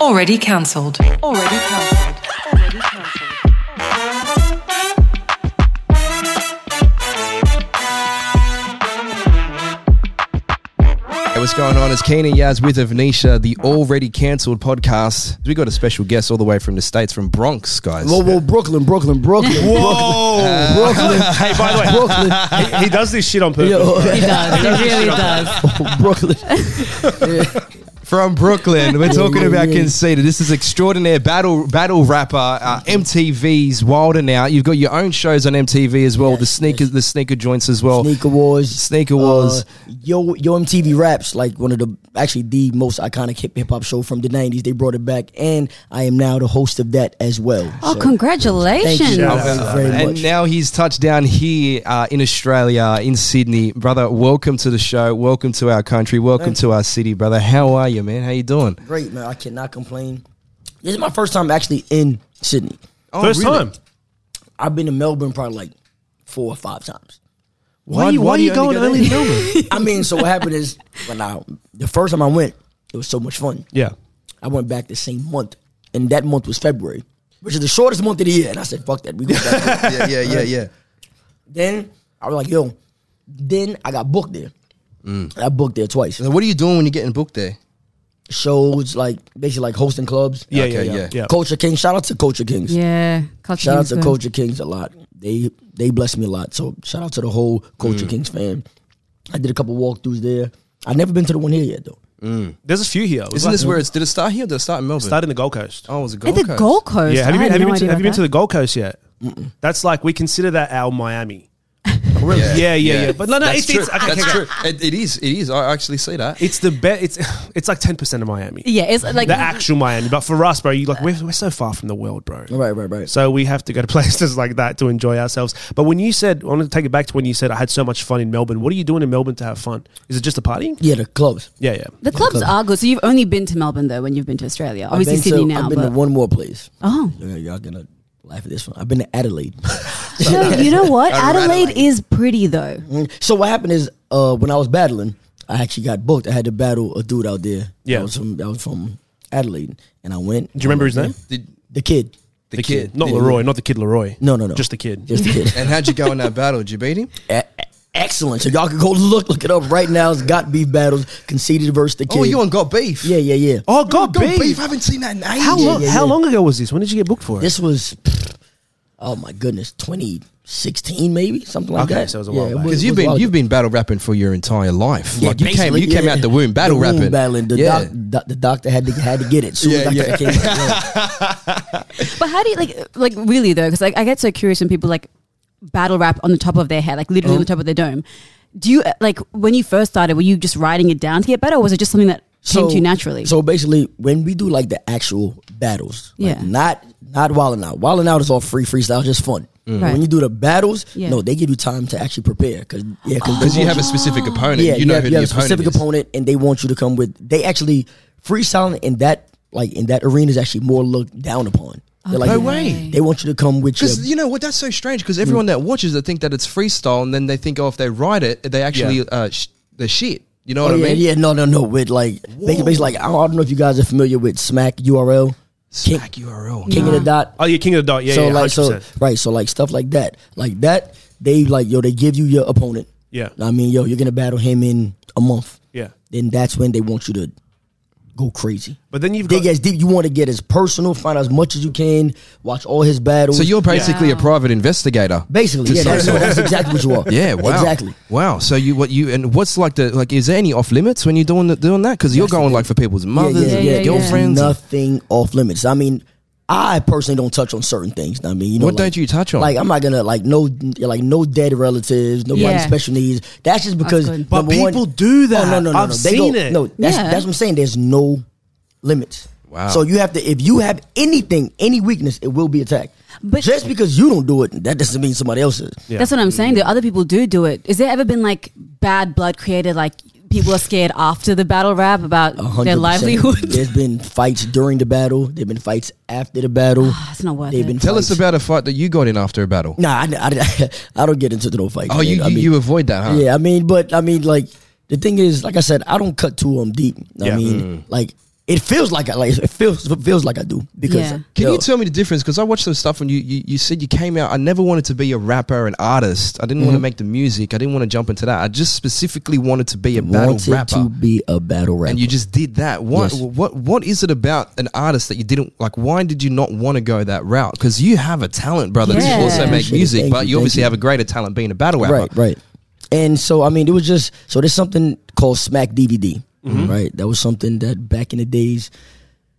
Already cancelled. Already cancelled. Already cancelled. Hey, what's going on? It's Keenan Yaz with Avnisha, the already cancelled podcast. We got a special guest all the way from the States, from Bronx, guys. Whoa, whoa, Brooklyn, Brooklyn, Brooklyn. Whoa! Brooklyn, hey, by the way, Brooklyn, he, he does this shit on purpose. Yeah. He does. He really does. Brooklyn. From Brooklyn, we're talking yeah, about yeah. Conceited. This is extraordinaire battle battle rapper, uh, MTV's Wilder now. You've got your own shows on MTV as well, the sneakers, the sneaker joints as well. Sneaker Wars. Sneaker Wars. Uh, Yo, Yo MTV Raps, like one of the, actually the most iconic hip hop show from the 90s. They brought it back, and I am now the host of that as well. Oh, So, congratulations. Thank you Shout very, very and much. now he's touched down here uh, in Australia, in Sydney, brother. Welcome to the show. Welcome to our country. Welcome to our city, brother. How are you, man? How you doing? Great, man. I cannot complain. This is my first time actually in Sydney. First Oh, really? time. I've been to Melbourne probably like four or five times. Why, why, are you going early? Melbourne? I mean, so what happened is when I the first time I went, it was so much fun. yeah. I went back the same month, and that month was February, which is the shortest month of the year. And I said, "Fuck that, we go back." yeah, yeah, yeah, yeah. then I was like, "Yo," then I got booked there. I booked there twice. So what are you doing when you're getting booked there? Shows like basically like hosting clubs. Yeah, Okay, yeah, yeah. yeah, yeah. Culture Kings. Shout out to Culture Kings. Yeah. Culture Shout out Kings to good. Culture Kings a lot. They they blessed me a lot. So shout out to the whole Culture Kings fam. I did a couple walkthroughs there. I've never been to the one here yet though. There's a few here. It was Isn't like- this where it's? Did it start here? or Did it start in Melbourne? started in the Gold Coast? oh, it was a At Gold the Coast. Gold Coast. yeah. Have you I been? Have you no been, to, idea have you been about to the that. Gold Coast yet? That's like we consider that our Miami. Really? Yeah, yeah, yeah. But no, no, That's it's- true. it's- okay, That's okay. true. It, it is. It is. I actually see that. It's the best. It's it's like ten percent of Miami. Yeah, it's like The actual Miami, but for us, bro, you like we're, we're so far from the world, bro. Right, right, right. So we have to go to places like that to enjoy ourselves. But when you said, I want to take it back to when you said I had so much fun in Melbourne. What are you doing in Melbourne to have fun? Is it just a party? yeah, the clubs. Yeah, yeah. the clubs are good. So you've only been to Melbourne though when you've been to Australia. I've Obviously been Sydney to, now. I've been to but, one more place. oh. Yeah, y'all gonna laugh at this one. I've been to Adelaide. No, you know what? Adelaide. Adelaide is pretty though. Mm. so what happened is uh, when I was battling, I actually got booked. I had to battle a dude out there. Yeah. that was from, that was from Adelaide, and I went. Do you remember his name? Did The kid, the, kid? Not Did- Leroy, not the kid Leroy. No, no, no. Just the kid. just the kid. And how'd you go in that battle? Did you beat him? E- excellent. So y'all can go look look it up right now. It's got beef battles. Conceded versus the kid. Oh, you on got beef? Yeah, yeah, yeah. oh, God, got beef. beef. I haven't seen that in ages. How Yeah, long? yeah, How yeah. long ago was this? When did you get booked for it? This was, oh my goodness, twenty sixteen maybe something like Okay, that. so it was a while back. was- Because it you've was a been while you've ago. been battle rapping for your entire life. Yeah, like you came basically, you came yeah. out the womb battle the womb rapping. battling. The, doc, doc- the doctor had to had to get it. Soon Yeah, as yeah. doctor came out, yeah. But how do you like like really though? Because like I get so curious when people like battle rap on the top of their head, like literally on Oh. the top of their dome. Do you uh, like when you first started? Were you just writing it down to get better, or was it just something that came to you naturally? So basically, when we do like the actual battles, like, Yeah. not not wilding out. Wilding out is all free freestyle, just fun. Mm. Right. When you do the battles, Yeah. no, they give you time to actually prepare because yeah, Because because Oh. you have a specific opponent. yeah, you know have, who you the have a opponent specific is. opponent, and they want you to come with. They actually freestyling in that like in that arena is actually more looked down upon. They're like, No way. They want you to come with your Because you know what? That's so strange. Because everyone that watches it think that it's freestyle, and then they think, oh, if they write it, they actually Yeah. uh, sh- the shit. You know Oh, what yeah, I mean? yeah, no, no, no. With like, basically, like I don't, I don't know if you guys are familiar with Smack URL, King, Smack URL. King of the Dot. oh, yeah, King of the Dot. Yeah, so yeah, like, 100%. so right, so like stuff like that, like that. They like yo, they give you your opponent. Yeah. I mean, yo, you're gonna battle him in a month. Yeah. Then that's when they want you to go crazy. But then you've Dig got. as deep. You want to get as personal, find out as much as you can, watch all his battles. So you're basically a private investigator. basically, To yeah, that's, some- that's exactly what you are. Yeah, wow. exactly. Wow. So you what you and what's like the like is there any off limits when you're doing the, doing that? Because you're That's the going thing. like for people's mothers and yeah, yeah. girlfriends. Nothing off limits. I mean, I personally don't touch on certain things. I mean, you know, What like- don't you touch on? Like, I'm not gonna like no like no dead relatives, nobody Yeah. special needs. That's just because. good. But number one- people do that. Oh, no, no, no, I've no. seen go, it. No, that's Yeah. that's what I'm saying. There's no limits. Wow. So you have to if you have anything, any weakness, it will be attacked. But- just because you don't do it, that doesn't mean somebody else is. That's what I'm saying. The other people do do it. Is there ever been like bad blood created? Like people are scared after the battle rap about A hundred percent. their livelihood. There's been fights during the battle. There've been fights after the battle. That's not worth They've it. been Tell us fights- about a fight that you got in after a battle. Nah, I, I, I don't get into no fights. Oh, man. you I you, mean- you avoid that, huh? Yeah, I mean, but I mean, like the thing is, like I said, I don't cut too um deep. I Mm. Yeah. mean, like It feels like I like it feels it feels like I do because Yeah. Can yo, you tell me the difference? Because I watched some stuff and you, you, you said you came out. I never wanted to be a rapper, an artist. I didn't want to make the music. I didn't want to jump into that. I just specifically wanted to be a battle wanted rapper. to be a battle rapper. and you just did that. What, Yes. what what is it about an artist that you didn't like? Why did you not want to go that route? Because you have a talent, brother, Yeah. to also make Appreciate it. music, Thank but you you, thank obviously you. have a greater talent being a battle rapper. Right, right. And so I mean, it was just so there's something called Smack DVD, right? That was something that back in the days,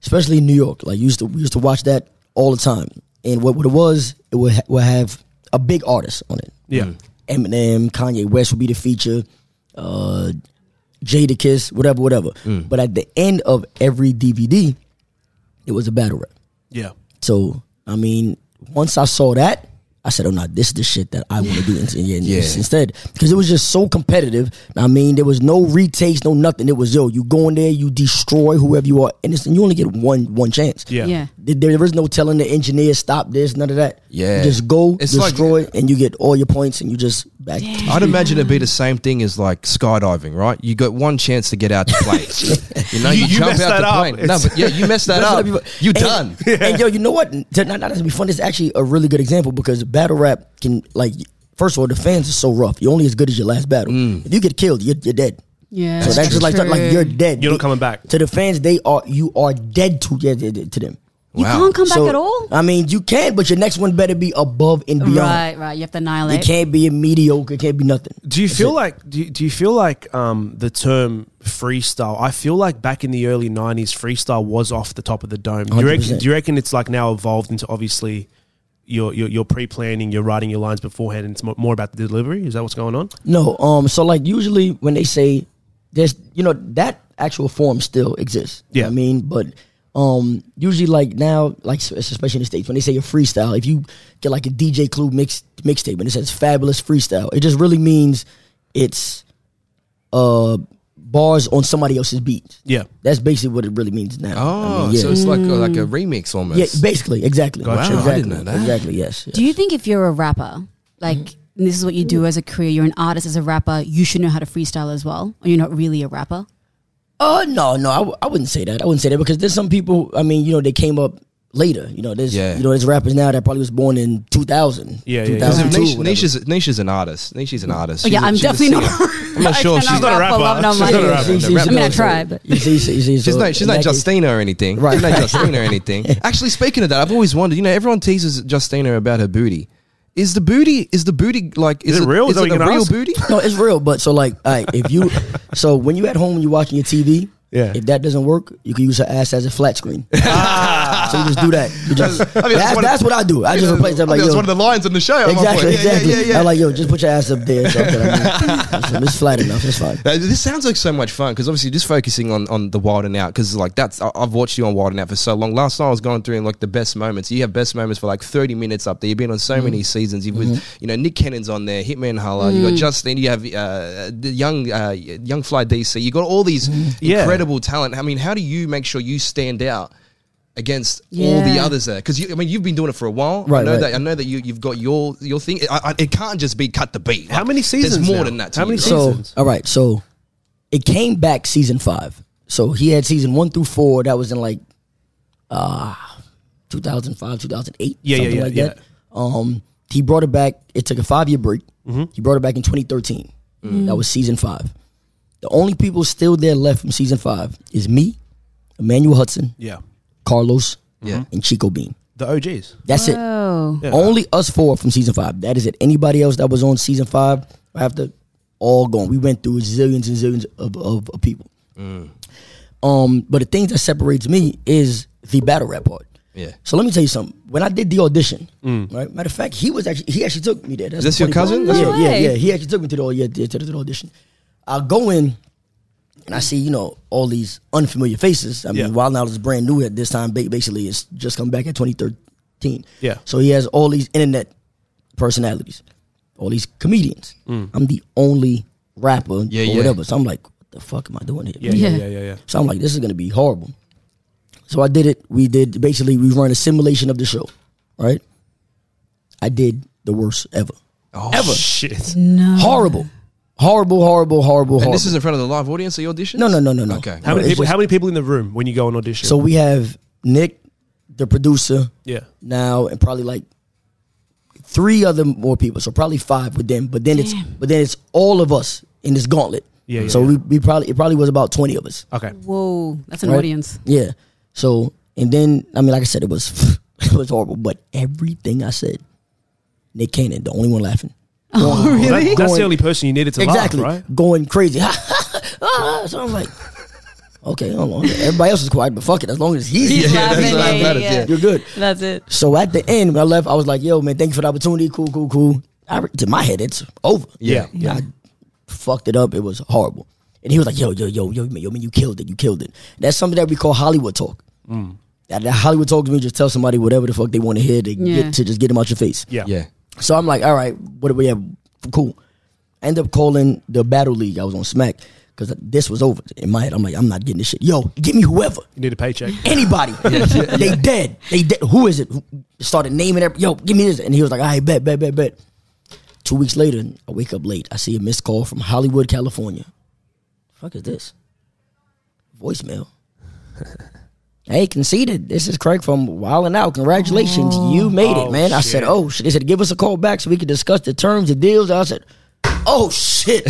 especially in New York, like used to we used to watch that all the time. And what, what it was, it would ha- would have a big artist on it. Yeah. Eminem, Kanye West would be the feature, uh, Jada Kiss, whatever, whatever. But at the end of every DVD, it was a battle rap. Yeah. So I mean, once I saw that, I said, "Oh no, this is the shit that I want to do." ins- yeah, Yeah. yes, Instead, because it was just so competitive. I mean, there was no retakes, no nothing. It was yo, you go in there, you destroy whoever you are, and, it's, and you only get one one chance. Yeah. Yeah. There- There is no telling the engineer stop this, none of that. Yeah. you just go It's like- destroy, and you get all your points, and you just back. I'd imagine it'd be the same thing as like skydiving, right? You got one chance to get out the plane. you know, you, You- you jump messed out that the up. plane. No, It's- but yeah, you messed that up. You And- done. And yo, you know what? To- Not, not to be fun. This is actually a really good example because battle rap can like. First of all, the fans are so rough. You're only as good as your last battle. Mm. If you get killed, you're, you're dead. Yeah. so that's just like true. like you're dead. You're not coming back. To the fans, they are you are dead to yeah, to to them. You Wow. can't come back So, at all. I mean, you can, but your next one better be above and beyond. Right, right. You have to annihilate. It can't be a mediocre. It can't be nothing. Do you feel like do you, do you feel like um, the term freestyle? I feel like back in the early '90s, freestyle was off the top of the dome. Do you, reckon, 100%. do you reckon it's like now evolved into obviously you're you're, you're pre-planning, you're writing your lines beforehand, and it's mo- more about the delivery? Is that what's going on? No. Um. So like usually when they say there's you know that actual form still exists. You know Yeah. what I mean, but um usually like now like s- especially in the states when they say a freestyle, if you get like a DJ Clue mix mixtape and it says fabulous freestyle, it just really means it's uh bars on somebody else's beat. Yeah. That's basically what it really means now. I Oh, mean, yeah. so it's like like a remix almost. yeah, basically, exactly. Gotcha. Wow, Exactly. I didn't know that. Exactly, yes. Do you think if you're a rapper, like Mm-hmm. and this is what you do as a career, you're an artist as a rapper, you should know how to freestyle as well, or you're not really a rapper? Uh, no, no, I, w- I wouldn't say that. I wouldn't say that because there's some people. I mean, you know, they came up later. You know, there's Yeah. you know, there's rappers now that probably was born in 2000. Yeah, yeah, yeah. 2002, Because Niche, whatever. Niche is, Niche is an artist. Niche is an artist. Oh, yeah, She's a- I'm she's a definitely not. singer. I'm not sure. if cannot She's not a rap for rapper. love, not She's money. not a rapper. She's- no, she's- rap- I mean, I so- tried, but- you see, see, see, She's so not. She's in not that case- Justina or anything. Right. She's not Justina or anything. Actually, speaking of that, I've always wondered. You know, everyone teases Justina about her booty. Is the booty? Is the booty like? Is, it real? Is Is that it what a you're gonna real ask? booty? No, it's real. But so like, all right, if you, so when you at home and you watching your TV, Yeah. if that doesn't work, you can use her ass as a flat screen. So you just do that. You just, Ah. I mean, that's that's, one of- that's what I do. I just replace that. I Like, think yo, that's one of the lines on the show. at one exactly, point. Yeah, yeah, exactly. yeah, yeah. I'm like, yo, just put your ass up there. So, I mean, it's flat enough. It's fine. Uh, This sounds like so much fun because obviously just focusing on, on the Wild and Out because like that's I- I've watched you on Wild and Out for so long. Last night I was going through like the best moments. You have best moments for like thirty minutes up there. You've been on so Mm-hmm. many seasons. You've with you know Nick Cannon's on there, Hitman Hala. You Mm. got Justin. You have uh, the young uh, young Fly DC. You got all these Yeah. incredible talent. I mean, how do you make sure you stand out? Against all the Yeah. others there, because I mean you've been doing it for a while. I Right, know right. that I know that you you've got your your thing. I, I, it can't just be cut the beat. How Like, many seasons There's more now? than that. to How you, many right? seasons? so seasons. all right so it came back season five so he had season one through four that was in like uh 2005 2008 Yeah, yeah, something yeah, like yeah. that um he brought it back it took a five year break Mm-hmm. he brought it back in 2013 that was season five the only people still there left from season five is me emmanuel hudson Yeah. carlos Yeah. and chico bean The OGs. that's it Oh, Yeah. only us four from season five. That is it. Anybody else that was on season five after all gone. We went through zillions and zillions of, of, of people. Mm. Um, but the thing that separates me is the battle rap part. Yeah. Mm. So let me tell you something. When I did the audition, right? Matter of fact, he was actually he actually took me there. Is That's this the your funny cousin? part. yeah, No yeah, way. yeah. He actually took me to the, yeah, to the, to the audition. I go in and I see you know all these unfamiliar faces. I mean, Yeah. Wild Out is brand new at this time. Ba- Basically, it's just come back at 2013. Yeah. So he has all these internet personalities, all these comedians. Mm. I'm the only rapper Yeah, or yeah. whatever. So I'm like, what the fuck am I doing here? Yeah. Yeah. Yeah. Yeah. Yeah. Yeah. So I'm like, this is gonna be horrible. So I did it. We did basically we run a simulation of the show, right? I did the worst ever, Oh, ever Shit. no. horrible, horrible, horrible, horrible, horrible. And this is in front of the live audience, the audition? no, no, no, no, no. Okay. How No, many it's people? just- how many people in the room when you go on audition? So we have Nick, the producer, yeah, now and probably like three other more people. So probably five with them. But then it's Damn. but then it's all of us in this gauntlet. Yeah, yeah, so yeah. we, we probably it probably was about twenty of us. okay. Whoa, that's an Right. audience. Yeah. So and then I mean, like I said, it was it was horrible. But everything I said, Nick Cannon, the only one laughing. Oh, Well, that- really? that's the Going- only person you needed to exactly laugh, right? going crazy. Ah, so I'm like, okay, hold on. Everybody else is quiet, but fuck it. As long as he's He's yeah, laughing. that's what matters, yeah, yeah. you're good. That's it. So at the end, when I left, I was like, yo, man, thank you for the opportunity. Cool, cool, cool. I, to my head, it's over. Yeah. I fucked it up. It was horrible. And he was like, yo, yo, yo, yo, man, yo, man, you killed it. You killed it. That's something that we call Hollywood talk. That, that Hollywood talk is when you just tell somebody whatever the fuck they want to hear to, Yeah. get, to just get them out your face. Yeah. Yeah. So I'm like, all right, what do we have? Cool. I end up calling the Battle League. I was on Smack because this was over. In my head, I'm like, I'm not getting this shit. Yo, give me whoever You need a paycheck. anybody. They dead. They dead. Who is it? Who- Started naming every yo, give me this. And he was like, all right, bet, bet, bet, bet. Two weeks later, I wake up late. I see a missed call from Hollywood, California. Fuck is this? Voicemail. hey, conceded. This is Craig from Wild and Out. Congratulations. You made it, Oh, man. I said, shit. oh shit. They said, give us a call back so we can discuss the terms, the deals. I said, oh shit.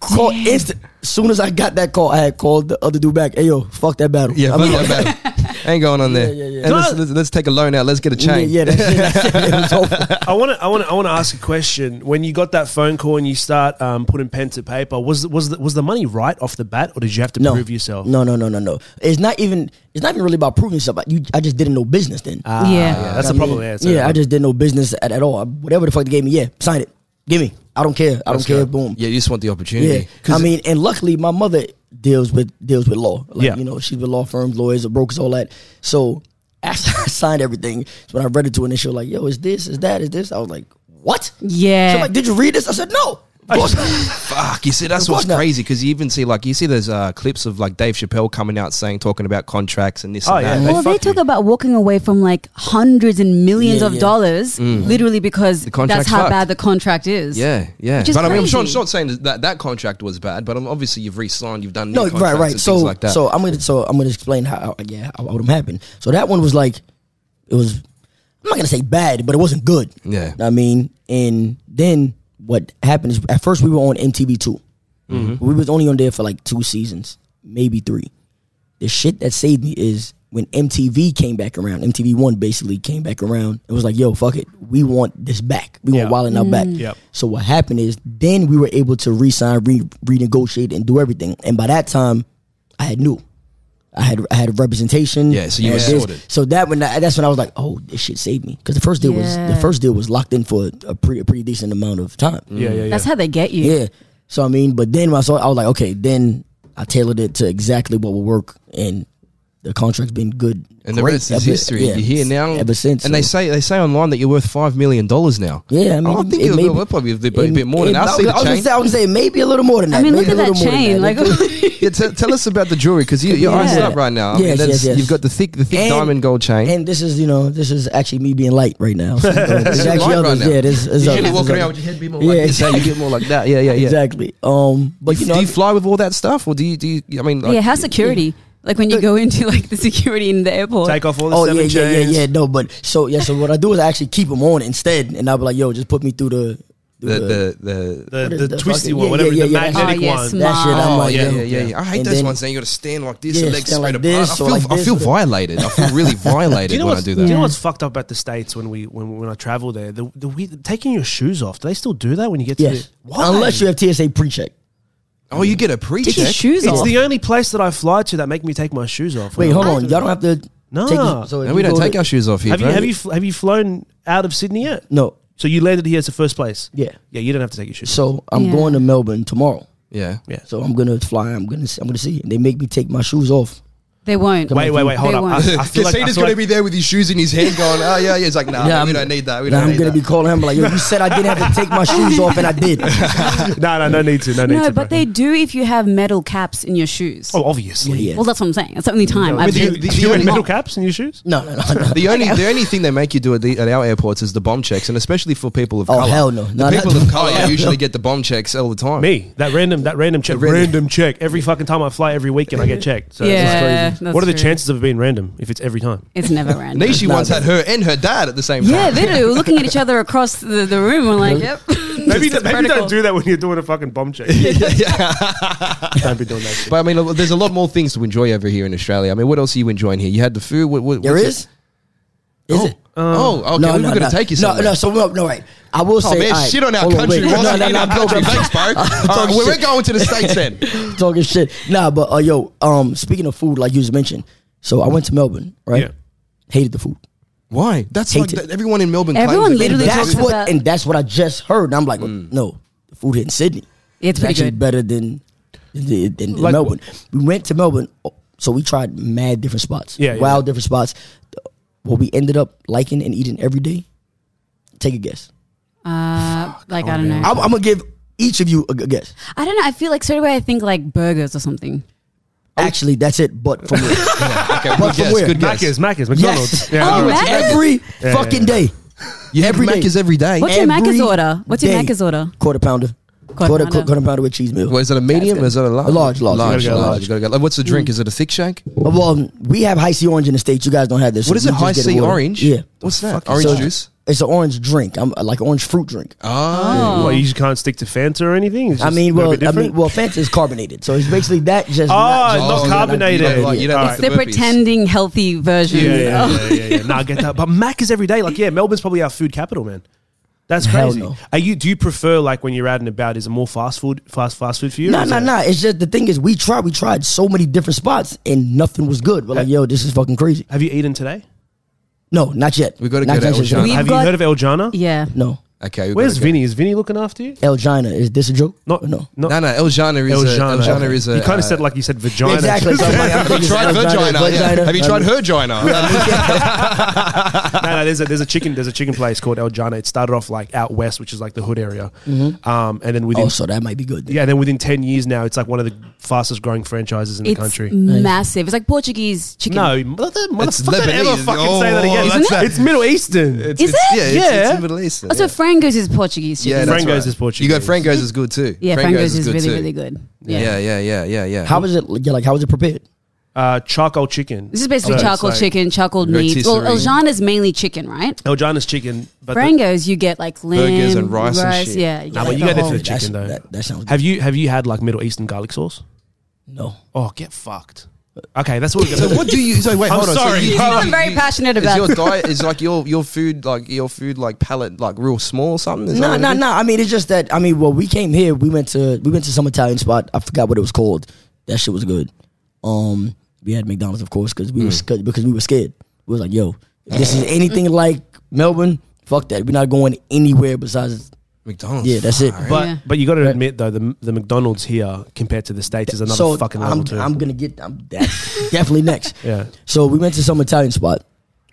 call instant. Soon as I got that call, I had called the other dude back. Hey yo, fuck that battle. Yeah, I fuck mean- that battle. Ain't going on there. Yeah, yeah, yeah. And let's, let's, let's take a loan out. Let's get a chain. Yeah, yeah, that's it, that's it. It was awful. I want to. I want to. I want to ask a question. When you got that phone call and you start um, putting pen to paper, was was the, was the money right off the bat, or did you have to No, prove yourself? No, no, no, no, no. It's not even. It's not even really about proving yourself. You, I just didn't know business then. Ah, Yeah. that's I the problem. mean, Yeah, it's a- Um, yeah, I just didn't know business at, at all. Whatever the fuck they gave me, yeah, sign it. Give me. I don't care. I don't go. care. Boom. Yeah, you just want the opportunity. Yeah. 'Cause I mean, and luckily my mother deals with deals with law. Like, Yeah. You know, she's with law firms, lawyers, or brokers, all that. So after I signed everything, so when I read it to her, and she was like, "Yo, is this? Is that? Is this?" I was like, "What?" Yeah. She's like, "Did you read this?" I said, "No." Of course not. fuck. You see, that's Of course what's not. crazy because you even see like you see those uh, clips of like Dave Chappelle coming out saying talking about contracts and this. Oh, and yeah. that. They well, they fucked talk me. about walking away from like hundreds and millions Yeah, of yeah. dollars, literally because that's contract's how fucked. bad the contract is. Yeah, yeah. Which is but I mean, I'm sure, I'm crazy. not saying that that contract was bad, but um, obviously you've re-signed, you've done new No, contracts right, right. and So, things like that. so I'm gonna, so I'm gonna explain how, yeah, how, how them happened. So that one was like, it was, I'm not gonna say bad, but it wasn't good. Yeah. I mean, and then what happened is at first we were on MTV 2 Mm-hmm. We was only on there for like two seasons, maybe three. The shit that saved me is when MTV came back around. MTV One basically came back around. It was like, yo, fuck it, we want this back. We Yeah. Mm. want Wild and Out back. Yep. So what happened is then we were able to re-sign, re- renegotiate, and do everything. And by that time, I had knew. I had I had representation. Yeah, so you I were had this. sorted. So that when I, that's when I was like, oh, this shit saved me because the first deal was Yeah. the first deal was locked in for a pretty a pretty decent amount of time. yeah, yeah, yeah. That's how they get you. Yeah. So I mean, but then when I saw, it, I was like, okay, then I tailored it to exactly what will work, and the contract's been good. and the great rest is ever- history. yeah, You're here now, Ever since, And they so- say they say online that you're worth five million dollars now. Oh, yeah, I mean, I think it, may will be- probably be a bit, it- bit more it- than that. I was- see the was gonna chain. say- I was gonna say maybe a little more than that. I mean, maybe look at a little that more than chain. Like, Yeah, te- tell us about the jewelry because you, your eyes Yeah. are up right now. I mean, Yes, that's- yes, yes. You've got the thick, the thick And- diamond gold chain. And this is, you know, this is actually me being light right now. So, there's You're actually light right others. now. yeah, there's, there's you others. should walk there's around others. with your head be more like Yeah, this, how you get more like that. Yeah, yeah, yeah. Exactly. Um, but you know, do you fly with all that stuff, or do you? Do you? I mean, like, yeah, how's security? Like when you go into like the security in the airport. Take off all the oh seven yeah, yeah, yeah, chains. yeah. No, but so yeah, so what I do is I actually keep them on instead, and I'll be like, yo, just put me through the, through the the the. The, What is the, the twisty fucking- one, yeah, whatever yeah, the yeah, yeah. magnetic Oh, yes, one. that shit. I'm Oh like, yeah, yo. yeah, yeah, yeah. I hate And those then- ones. Now you got to stand like this, Yeah, your legs stand straight like apart. this I or feel, like I this feel or that. violated. I feel really violated Do you know when I what's do Do that. you know Yeah. what's fucked up about the states when we when, when I travel there? The, the we, taking your shoes off. Do they still do that when you get to Yes. the? Why? Unless you have TSA pre-check. Oh, you get a pre-check. Take your shoes It's off. the only place that I fly to that make me take my shoes off. Wait, When hold I- on. Y'all don't have to. Nah. Take your- so if And we you don't go take to- our shoes off here. Have you bro. have you fl- have you flown out of Sydney yet? No. So you landed here as the first place. Yeah. Yeah, you don't have to take your shoes. So I'm Yeah. going to Melbourne tomorrow. Yeah. Yeah. So I'm gonna fly. I'm gonna. see- I'm gonna see. And they make me take my shoes off They won't. Wait, wait, wait, hold They up. won't. I, I feel like, Casita's I feel gonna like be there with his shoes in his hand, going, "Oh yeah, yeah." It's like, nah, Yeah, we I'm- don't need that. We Now don't I'm need gonna that. be calling him like, yo, you said I didn't have to take my shoes off, and I did. no, no, no need to, no need No, to. but bro. they do if you have metal caps in your shoes. oh, obviously. Yeah. Well, that's what I'm saying. It's the only time. No, I've but been- you- the- Do you the wear only- metal caps in your shoes? No, no, no, no. The only the only thing they make you do at, the, at our airports is the bomb checks, and especially for people of Oh, color. hell no. The No, people not- of color hell usually no. get the bomb checks all the time. Me, that random, that random check, Random. random, check. Every fucking time I fly, every weekend I get checked. So Yeah, it's crazy. that's What are the true. chances of it being random if it's every time? It's never random. Nishi once had her and her dad at the same Yeah, time. literally. We're looking at each other across the, the room. We're like, yep. Maybe, It's maybe protocol. don't do that when you're doing a fucking bomb check. Yeah, yeah. don't be doing that. Shit. But I mean, there's a lot more things to enjoy over here in Australia. I mean, what else are you enjoying here? You had the food. What, what, There what's is. Is Oh, it? oh, okay. we were going to take you somewhere. No, no. So no, no, right. I will Oh say, man, all right, shit on our hold country, wait. Ross. No, no, I'm country. talking Thanks, shit. bro. I'm All right, talking well, we're shit. going to the states then. talking shit. Nah, but uh, yo, um, speaking of food, like you just mentioned, so I went to Melbourne, right? Yeah. Hated the food. Why? That's Hate like it. that- everyone in Melbourne. claims Everyone it. literally That's- That's talks what, about- and that's what I just heard. And I'm like, Mm. no, the food here in Sydney, It's pretty actually good. better than than, than Like Melbourne. We went to Melbourne, oh, so we tried mad different spots, Yeah, yeah, wild yeah. different spots. What we ended up liking and eating every day. Take a guess. Uh, like, I don't know. I'm, I'm gonna give each of you a g- guess. I don't know. I feel like straight away I think like burgers or something. Actually, that's it. But from where? Okay, good But from guess. where? Good guess. Macca's, yes, Macca's, McDonald's. Yeah, Oh, I know it's- Mac- Macca's? every yeah, fucking yeah. day. You have Every Macca's day. every day. What's your Every Macca's order? What's your day. Macca's order? Quarter pounder. Quarter Quarter, pounder. quarter, quarter pounder with cheese meal. Well, is it a medium or is it a large? A large, large. large, You gotta go large. Mm. large. You gotta go- like, What's the drink? Is it a thick shake? Uh, Well, um, we have high C orange in the states. You guys don't have this. What is we it? just High get C water. orange? Yeah. What's that? Fuck is Orange that? juice? It's an orange drink. I'm uh, like orange fruit drink. Oh, Well, you just can't stick to Fanta or anything. It's I just a mean, little well, bit I different? mean, well, Fanta is carbonated, so it's basically that just. Oh, not, it's not Oh, just- carbonated. you don't like- you don't All like right. It's the burpees. pretending healthy version. Yeah, yeah, yeah, yeah, yeah, yeah. Nah, I get that. But Mac is every day. Like, yeah, Melbourne's probably our food capital, man. That's Hell crazy. no. Are you? Do you prefer like when you're out and about? Is it more fast food, fast fast food for you? or No, is no, it- no. It's just the thing is, we tried, we tried so many different spots, and nothing was good. We're like, yo, this is fucking crazy. Have you eaten today? No, not yet. We gotta Not go to yet, El just yet. We've Have got- you heard of Eljana? Yeah. No, okay. we've Where's gotta go. Vinny? Is Vinny looking after you? Elgina. Is this a joke? Not no. Not No, no. Eljana is a. Eljana. Eljana is a. You kind uh, of said like you said vagina. Exactly. So I'm like, I'm Have you thinking tried it's vagina? Elgina, Yeah. vagina. Have you Um, tried her gina? no, no, there's a there's a chicken there's a chicken place called El Jana. It started off like out west, which is like the hood area, um, and then within Oh, so that might be good. Then. yeah, then within ten years now, it's like one of the fastest growing franchises in the It's country. massive. It's like Portuguese chicken. no, mother, It's motherfucker, don't ever Lebanese. fucking Oh, say that again. that's Isn't it? It's Middle Eastern. Is It's- it? Yeah, it's- Yeah. it's Middle Eastern. Also, Frango's is Portuguese Yeah, chicken. that's Frango's right. is You got Portuguese. Frango's is good too. yeah, Frango's is good really, too. really good. Yeah. Yeah, yeah, yeah, yeah, yeah. How is it? Yeah, like how is it prepared? uh, charcoal chicken. This is basically So it's charcoal like chicken, charcoal meat. Well, rotisserie. Eljan is mainly chicken, right? El Jana's chicken. But the- Frango's, you get like lamb, Burgers and rice and shit. Yeah, you Nah, get but like you the got it whole- for the That's- chicken though. That, that sounds. have you have you had like Middle Eastern garlic sauce? no. Oh, get fucked. Okay, that's what we're So gonna. what do you? So wait, I'm hold on. sorry. So you- I'm you- very you- passionate Is about your this. diet is like your your food like your food like palate like real small or something? Is that No, what it no, is? no. I mean, it's just that. I mean, well, we came here. We went to we went to some Italian spot. I forgot what it was called. That shit was good. Um, we had McDonald's, of course, because we Mm. were scared because we were scared. We was like, yo, if this is anything like Melbourne. Fuck that. We're not going anywhere besides. McDonald's. Yeah, that's it. Far out. But Yeah. but you got to admit though, the the McDonald's here compared to the states is another so fucking level I'm, too. I'm gonna get. I'm that's definitely next. yeah. So we went to some Italian spot.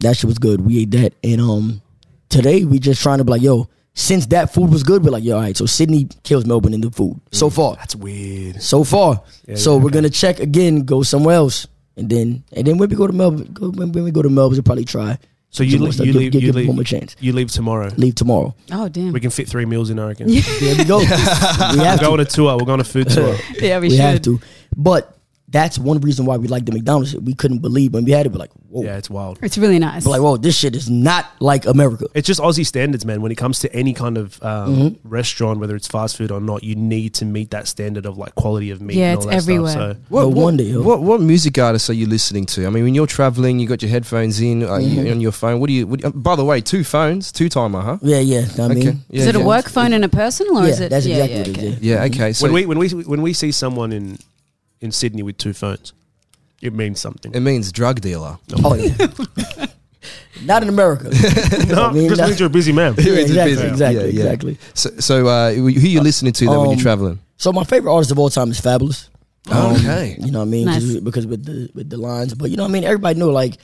That shit was good. We ate that, and um, today we just trying to be like, yo. Since that food was good, we're like, yo, all right. So Sydney kills Melbourne in the food so far. That's weird. so far. Mm. Yeah, so yeah, we're okay. gonna check again, go somewhere else, and then and then when we go to Melbourne, go, when, when we go to Melbourne, we'll probably try. So you, some more leave, stuff. you Give- leave give, you give leave one more chance. You leave tomorrow. Leave tomorrow. Oh damn! We can fit three meals in, I reckon. There we go. we have We'll go to. on a tour. We'll go on a food tour. yeah, we, We should. have to. But that's one reason why we like the McDonald's. We couldn't believe when we had it. We're like, whoa. yeah, it's wild. It's really nice. We're like, whoa, this shit is not like America. It's just Aussie standards, man. When it comes to any kind of um, Mm-hmm. restaurant, whether it's fast food or not, you need to meet that standard of like quality of meat. Yeah, and it's all that everywhere. Stuff, so No wonder, yo. What what music artists are you listening to? I mean, when you're traveling, you got your headphones in uh, you Mm-hmm. on your phone. What do you? What, do you- uh, by the way, two phones, two timer, huh? Yeah, yeah. I mean, Okay. Yeah, is it a yeah. work phone and a person, or yeah, Oh, is it? that's yeah, exactly yeah, what it okay. is. yeah. Yeah. Okay. So when we when we when we see someone in in Sydney with two phones, it means something. it means drug dealer. Oh, yeah. not in America. no, I mean, just that- means you're a busy man. Yeah, It's exactly, busy. exactly, exactly. So, so uh, who you listening to though when Um, you're traveling? So my favorite artist of all time is Fabulous. Um, Okay. You know what I mean? Nice. Just Because with the with the lines, but you know what I mean. Everybody knew like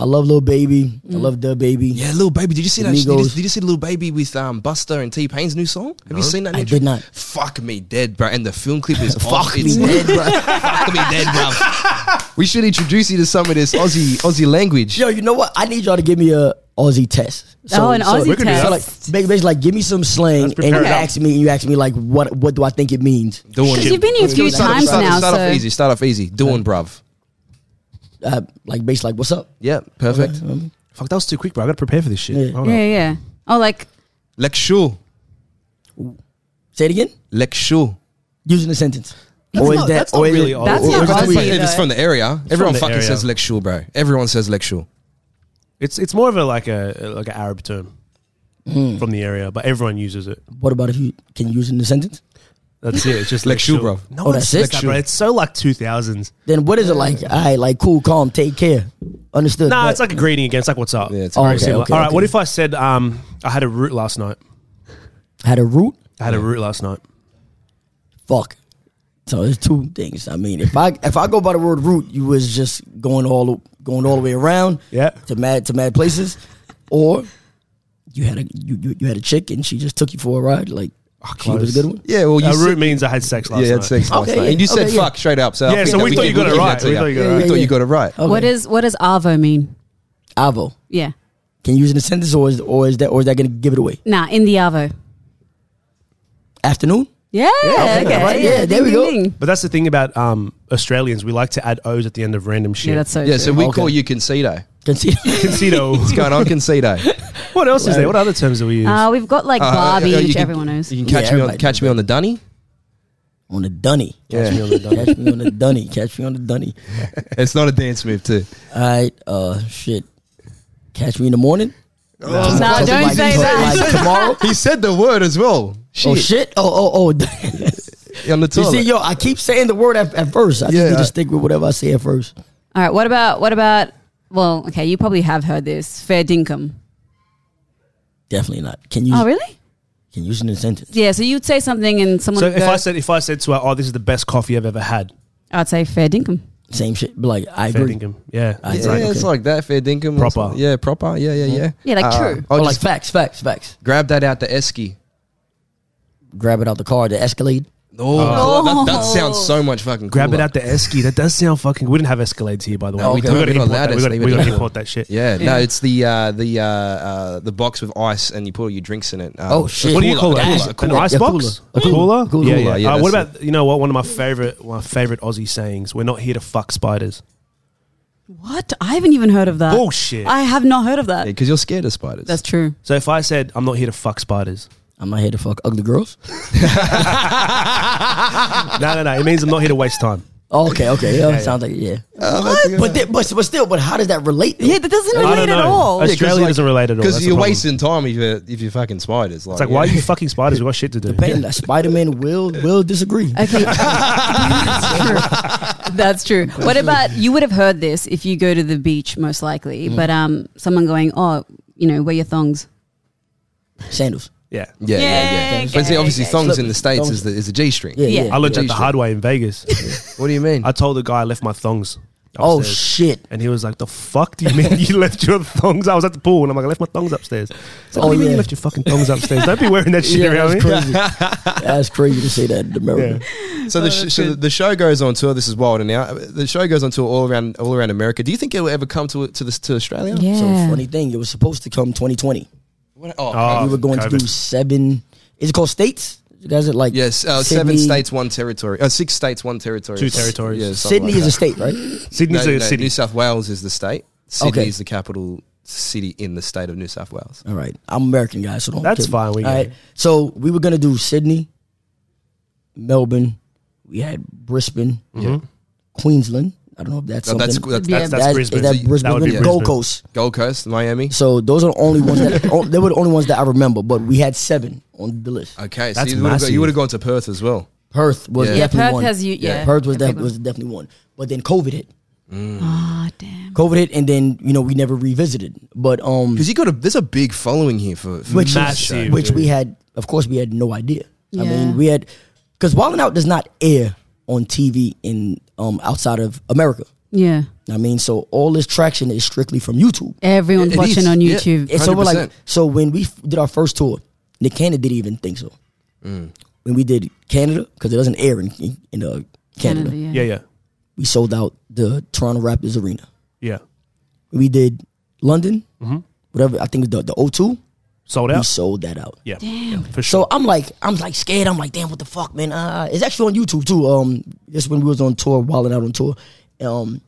I love little baby. Mm. I love the baby. Yeah, little baby. Did you see that? Did you, Migos. did you see little baby with um, Buster and T Pain's new song? Have you seen that? I Nitro? did not. Fuck me dead, bro. And the film clip is Fuck fuck me me dead, bro. fuck me dead, bro. We should introduce you to some of this Aussie Aussie language. Yo, you know what? I need y'all to give me a Aussie test. Oh, an Aussie We could do So that. like, ba- basically, like, give me some slang, Let's and you prepare it up. ask me, you ask me, like, what, what do I think it means? Doing Because you've been here a few Start off- times start, now, Start off so easy. Start off easy. Doing, bruv. Uh, like, basically, like, what's up? Yeah, perfect. Fuck, that was too quick, bro. I got to prepare for this shit. Yeah. Hold yeah, up. yeah. Oh, like Lecture. Say it again. Lecture. Using a sentence. That's not- that's not is really it- Aussie. That's or- not or is it Aussie. weird? If it's from the area, everyone the fucking area. says lecture, bro. Everyone says lecture. It's it's more of a like a like an Arab term Hmm. from the area, but everyone uses it. What about if you can you use it in a sentence? That's it. It's just Like like shoe, shoe, bro. No, Oh, it's that's it? like that, bro. It's so like two thousands. Then what is it like? All right, like, cool, calm, take care. Understood. Nah, but- it's like a greeting again. It's like what's up. Yeah, it's Oh, very okay, similar. okay, All right, okay. what if I said um I had a root last night? had a root. I had a root last night. Fuck. So there's two things. I mean, if I if I go by the word root, you was just going all going all the way around. Yeah. To mad to mad places, or you had a you, you, you had a chick and she just took you for a ride. Like oh, she was a good one. Yeah, well, you a said- Uh, root means I had sex last yeah, night. that's sex last Okay, night. yeah, And you said okay, yeah. fuck straight up. So I Yeah, think so that we thought can- you got it can right. get to We that. thought you got it We right. thought Yeah, you got it right. Okay. what is what does Arvo mean? Avo? Yeah. Can you use it in a sentence, or is or is that or is that gonna give it away? Nah, in the Arvo. Afternoon. Yeah. okay. right, yeah, there Ding, we ding, go. ding. But that's the thing about um Australians. We like to add O's at the end of random shit. Yeah, that's so. Yeah, so we Okay. call you Concedo. Can see. Concito. What's going on, Concedo? what else is there? What other terms do we use? Uh, we've got like Uh, Barbie, uh, you which can- everyone knows. You can catch Yeah, me on everybody catch me on the dunny. on the dunny. Catch me on the dunny. Catch me on the dunny. Catch me on the dunny. It's not a dance move, too. All right. Uh, shit. Catch me in the morning. No, don't Oh, Like- say that. Like tomorrow. He said the word as well. Oh Shit, shit! Oh oh oh! on the you see, toilet. yo, I keep saying the word at, at first. I just Yeah. need to stick with whatever I say at first. All right. What about what about? Well, okay, you probably have heard this. Fair dinkum. Definitely not. Can you? Oh, really? Can you use it in a sentence? Yeah. So you'd say something, and someone. so would if go, I said if I said to her, "Oh, this is the best coffee I've ever had," I'd say fair dinkum. Same shit. But like, I fair agree. dinkum. Yeah, I it's yeah, like- it's okay. like that, fair dinkum. or Proper. something. Yeah, proper. Yeah, yeah, yeah. Uh, Yeah, like true. I'll Or like just facts, facts, facts. grab that out the esky. Grab it out the car, the Escalade. Oh, That, that sounds so much fucking Grab it cooler. out the esky. That does sound fucking. We didn't have Escalades here, by the way. No, we don't. gotta We're Oh, not allowed import to that. We gotta- say We got that. to import that shit. Yeah, no, it's the uh, the uh, uh, the box with ice, and you put all your drinks in it. Uh, Oh, shit. What do you call it? That's An a cooler. ice Yeah, box? cooler. A cooler. A cooler? Yeah, yeah. Cooler, yeah, Uh, what that's about you know what? One of my favorite, my favorite Aussie sayings. We're not here to fuck spiders. What? I haven't even heard of that. Bullshit. I have not heard of that. Because you're scared of spiders. That's true. So if I said I'm not here to fuck spiders, I'm not here to fuck ugly girls. no, no, no. It means I'm not here to waste time. Oh, okay, okay. Yeah, sounds like yeah. Oh, But, th- but but still, but how does that relate? Though? Yeah, that doesn't I don't relate at know. all. That's- Australia doesn't relate at all. Because That's you're the problem. wasting time if you're if you're fucking spiders. Like, It's like, yeah. why are you fucking spiders? We got shit to do. Ben, that Spider-Man will will disagree. Okay. That's true. That's true. What about you would have heard this if you go to the beach most likely, but um someone going, "Oh, you know, wear your thongs." Sandals. Yeah. Yeah, yeah, yeah. Yeah, but see, okay, obviously, okay. thongs in the Slip- states thongs. is the is a G string. Yeah, Yeah. yeah. I learned that the G-string. hard way in Vegas. What do you mean? I told the guy I left my thongs. Oh upstairs. shit! And he was like, "The fuck do you mean you left your thongs?" I was at the pool, and I'm like, "I left my thongs upstairs." It's like, Oh, what do you mean yeah. you left your fucking thongs upstairs? Don't be wearing that shit Yeah, around that's me. crazy. that's crazy to say that in America. so the, sh- so the- the show goes on tour. This is wild, and now uh, the show goes on tour all around all around America. Do you think it will ever come to to this to Australia? Yeah. So funny thing, it was supposed to come 2020. What, oh, Oh. we were going to do COVID. seven. Is it called states? You guys are like yes, uh, Sydney- seven states, one territory. Uh, six states, one territory. Two territories. Yeah, something Sydney like that. is a state, right? Sydney's No, a no, city. New South Wales is the state. Sydney Okay. is the capital city in the state of New South Wales. All right, I'm American guys, so don't. That's kill me. fine, we All get right, it. so we were gonna do Sydney, Melbourne. We had Brisbane, Queensland. I don't know if that's No, something. that's that's, Yeah. that's That- That's Brisbane. Is that So you- Brisbane? that would be Gold Brisbane. Coast. Gold Coast, Miami. So those are the only ones that oh, they were the only ones that I remember. But we had seven on the list. Okay, so That's you would have massive. you would have gone to Perth as well. Perth was Yeah. Yeah, definitely Perth one. has you- yeah. Perth was, Yeah, def- Perth was was- definitely one. But then COVID hit. Ah, damn. COVID hit, and then you know we never revisited. But um, Because you got a there's a big following here for, for which this Massive. show. is, which we had of course we had no idea i Yeah. mean we had because wilding out does not air on TV in um, outside of America. Yeah. I mean, so all this traction is strictly from YouTube. Everyone's It is, watching on yeah. YouTube. It's over 100%. like so when we f- did our first tour, Nick Cannon didn't even think so. When we did Canada, because it doesn't air in in, in, uh, Canada, Yeah, yeah, we sold out the Toronto Raptors arena. yeah. We did London, Mm-hmm. whatever. I think it was the, the O2. Sold We out. sold that out. Yeah, Damn. for sure. So I'm like, I'm like scared. I'm like, damn, what the fuck, man? Uh, it's actually on YouTube too. Um, just when we was on tour, wilding out on tour, um,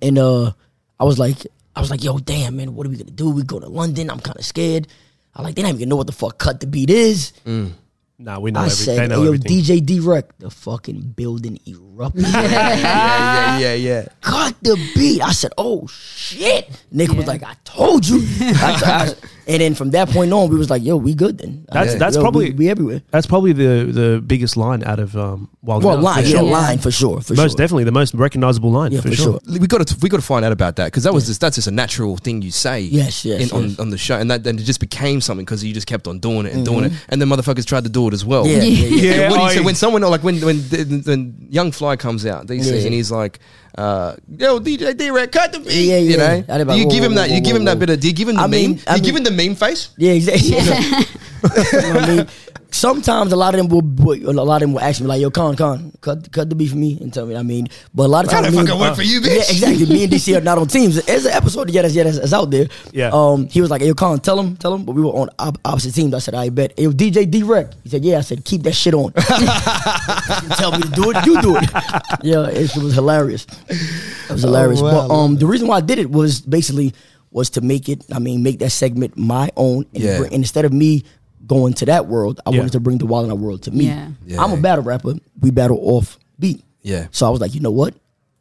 and uh, I was like, I was like, yo, damn, man, what are we gonna do? We go to London. I'm kind of scared. I like, they don't even know what the fuck cut the beat is. nah, we know I everything. They said, know yo, everything. DJ D-Rec, the fucking building erupted. yeah, yeah, yeah. cut the beat. I said, oh shit. Nick was like, I told you. I- I- and then from that point on, we was like, yo, we good then. That's- I- that's yo, probably- we, we everywhere. That's probably the the biggest line out of um, Wild Well, N' Out, line, for yeah, sure. line for sure, for most sure. definitely the most recognizable line Yeah, for, for sure. sure. we got to we got to find out about that because that was just that's just a natural thing you say. Yes, yes, in, On, yes. on the show, and that then it just became something because you just kept on doing it and doing it, and then motherfuckers tried to do it as well. Mm-hmm. Yeah, yeah, yeah. Yeah, what do you I- say when someone like when when when Young Fly comes out these days Yeah. and he's like, uh, "Yo, DJ D-Rec, cut the beat," Yeah, yeah. you know, I'd be like, you whoa, give him whoa, that, whoa, you give him whoa, that bit of, do you give him the I meme? mean- I you give him mean- the meme face? Yeah, exactly. You know what I mean? Sometimes a lot of them will, will- a lot of them will ask me like, "Yo, Con, Con, cut, cut the beat for me," and tell me. I mean, but a lot of Trying times, to me and- fucking work for you, Yeah, bitch. exactly. Me and DC are not on teams. There's an episode yeah, that's, yeah, that's, that's out there. Yeah. Um, he was like, "Yo, Con, tell him, tell him." But we were on op- opposite teams. I said, "I bet." Yo, DJ D-Rec. He said, "Yeah." I said, "Keep that shit on." you tell me to do it, you do it. Oh, yeah, it, it was hilarious. It was hilarious. wow, I but um, the reason why I did it was basically was to make it. I mean, make that segment my own. And, Yeah. br- and instead of me going to that world, I Yeah. wanted to bring the wild and out world to me. Yeah. Yeah. I'm a battle rapper. We battle off beat. Yeah. So I was like, you know what?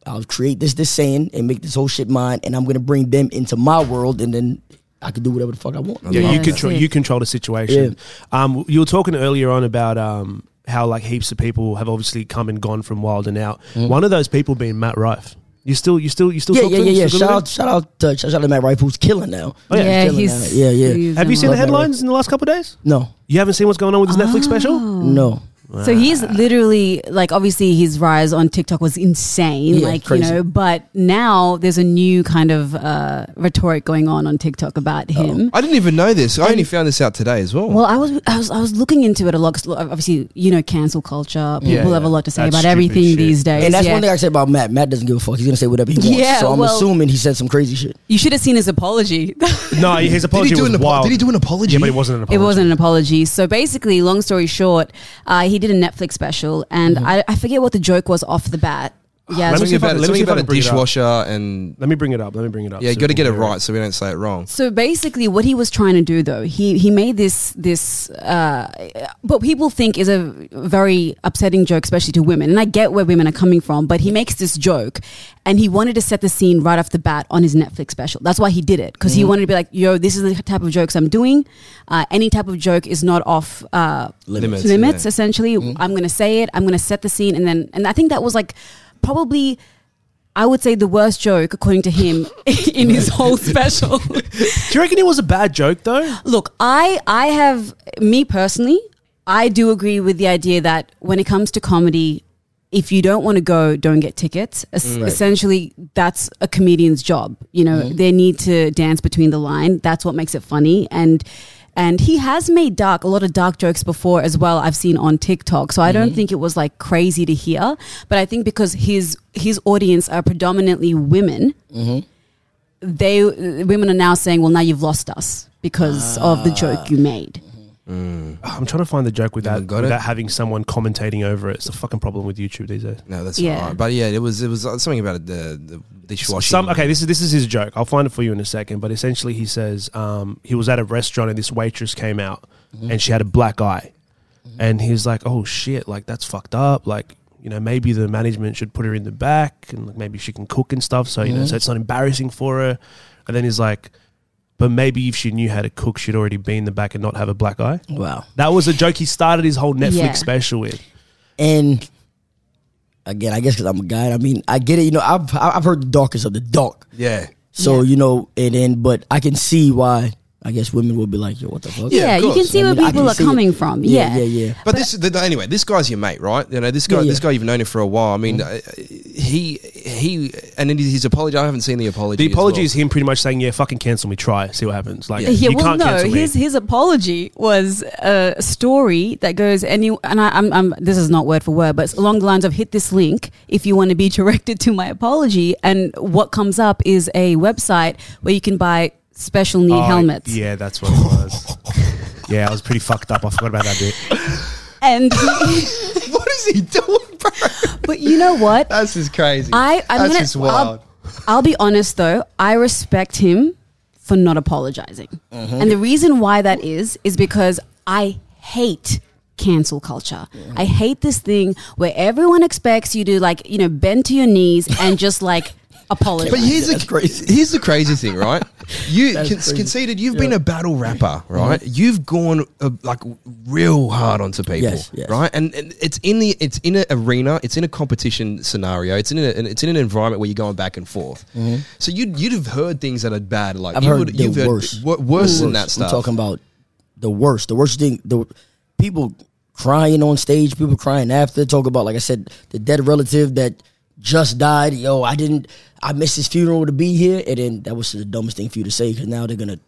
I'll create this this saying and make this whole shit mine, and I'm gonna bring them into my world, and then I can do whatever the fuck I want. Yeah, Yeah, you that's control it. you control the situation. Um, you were talking earlier on about um, how like heaps of people have obviously come and gone from Wild and Out. Mm. One of those people being Matt Rife. You still, you still, you still. Yeah, talk yeah, to yeah, him? yeah. Still Shout good out, shout out, to, shout out to Matt Rife, who's killing now. Oh, yeah. yeah, He's killing he's that. Yeah, yeah. he's with him? Have you Matt unreal. seen the Rife. headlines in the last couple of days? No, You haven't seen what's going on with his Ah. Netflix special? no. So he's literally like obviously his rise on TikTok was insane, Yeah, like crazy. you know. But now there's a new kind of uh, rhetoric going on on TikTok about him. I didn't even know this. I only found this out today as well. Well, I was I was I was looking into it a lot. 'cause obviously, you know, cancel culture. People have a yeah. lot to say That's about stupid everything shit. these days. And that's yeah. one thing I said about Matt. Matt doesn't give a fuck. He's gonna say whatever he wants. Yeah, so I'm well- assuming he said some crazy shit. you should have seen his apology. No, did his apology he do was an apo- wild. did he do an apology? Yeah, but it wasn't an It apology. wasn't an apology. So basically, long story short, uh, he did a Netflix special, and I, I forget what the joke was off the bat. Yeah, Mm-hmm. Let me Something see if I- about, let me see something if I about a can bring it up. dishwasher and Let me bring it up. Let me bring it up. yeah, you So got to we get it can hear right so we don't say it wrong. So basically, what he was trying to do, though, he he made this this uh, what people think is a very upsetting joke, especially to women. And I get where women are coming from, but he makes this joke, and he wanted to set the scene right off the bat on his Netflix special. That's why he did it because he Mm-hmm. wanted to be like, "Yo, this is the type of jokes I'm doing. Uh, any type of joke is not off uh, Limits, limits yeah. Mm-hmm. essentially. I'm going to say it. I'm going to set the scene, and then and I think that was like probably. I would say the worst joke, according to him, in his whole special. Do you reckon it was a bad joke though? Look, I I have me personally, I do agree with the idea that when it comes to comedy, if you don't want to go, don't get tickets. Es- Essentially, that's a comedian's job. You know, they need to dance between the line. That's what makes it funny and. And he has made dark a lot of dark jokes before as well. I've seen on TikTok, so I don't think it was like crazy to hear. But I think because his his audience are predominantly women, they women are now saying, "Well, now you've lost us because of Ah. the joke you made." I'm trying to find the joke without, Never got it. without having someone commentating over it. It's a fucking problem with YouTube these days. No, that's Yeah. right. But yeah, it was it was uh, something about the, the dishwasher. Some okay, this is this is his joke. I'll find it for you in a second. But essentially, he says um, he was at a restaurant and this waitress came out and she had a black eye, and he's like, "Oh shit, like that's fucked up. Like you know, maybe the management should put her in the back and like, maybe she can cook and stuff. So you know, so it's not embarrassing for her." And then he's like, "But maybe if she knew how to cook, she'd already be in the back and not have a black eye." Wow. That was a joke he started his whole Netflix Yeah. special with. And again, I guess because I'm a guy. I mean, I get it. You know, I've I've heard the darkest of the dark. Yeah. So Yeah. you know, and then but I can see why. I I guess women will be like, yo, what the fuck? Yeah, Yeah, of you can course. see I where mean, I people can are see it. coming from. yeah, Yeah. yeah. yeah. But, this, the, the- anyway, this guy's your mate, right? You know, this guy, Yeah, yeah. this guy, you've known him for a while. I mean, Mm. uh, Mm-hmm. he, he, and then his apology. I haven't seen the apology. The as well. apology is him pretty much saying, "Yeah, fucking cancel me. Try, see what happens." Like, Yeah. Yeah, you well, can't no. cancel me. His his apology was a story that goes any, and I, I'm, I'm this is not word for word, but it's along the lines of hit this link if you want to be directed to my apology. And what comes up is a website where you can buy special need Oh, helmets. Yeah, that's what it was. yeah, I was pretty fucked up. I forgot about that bit. And What is he doing, bro? but you know what? That's just crazy. I I'm That's gonna, just wild. I'll, I'll be honest though, I respect him for not apologizing, Mm-hmm. and the reason why that is is because I hate cancel culture. Mm-hmm. I hate this thing where everyone expects you to like you know bend to your knees and just like apologize. But here's That's the crazy. here's the crazy thing, right? You con- That's crazy. Mm-hmm. conceded you've been a battle rapper, right? You've gone uh, like real hard onto people, Yes, yes. right? And, and it's in the it's in an arena, it's in a competition scenario, it's in a, an- it's in an environment where you're going back and forth. So you would you'd have heard things that are bad, like Mm-hmm. I've you heard would, the you've worst. wo- worse than that worst. stuff. I'm talking about the worst. The worst thing. The people crying on stage. People crying after. Talk about like I said, the dead relative that just died. Yo, I didn't. I missed his funeral to be here, and then that was the dumbest thing for you to say because now they're gonna.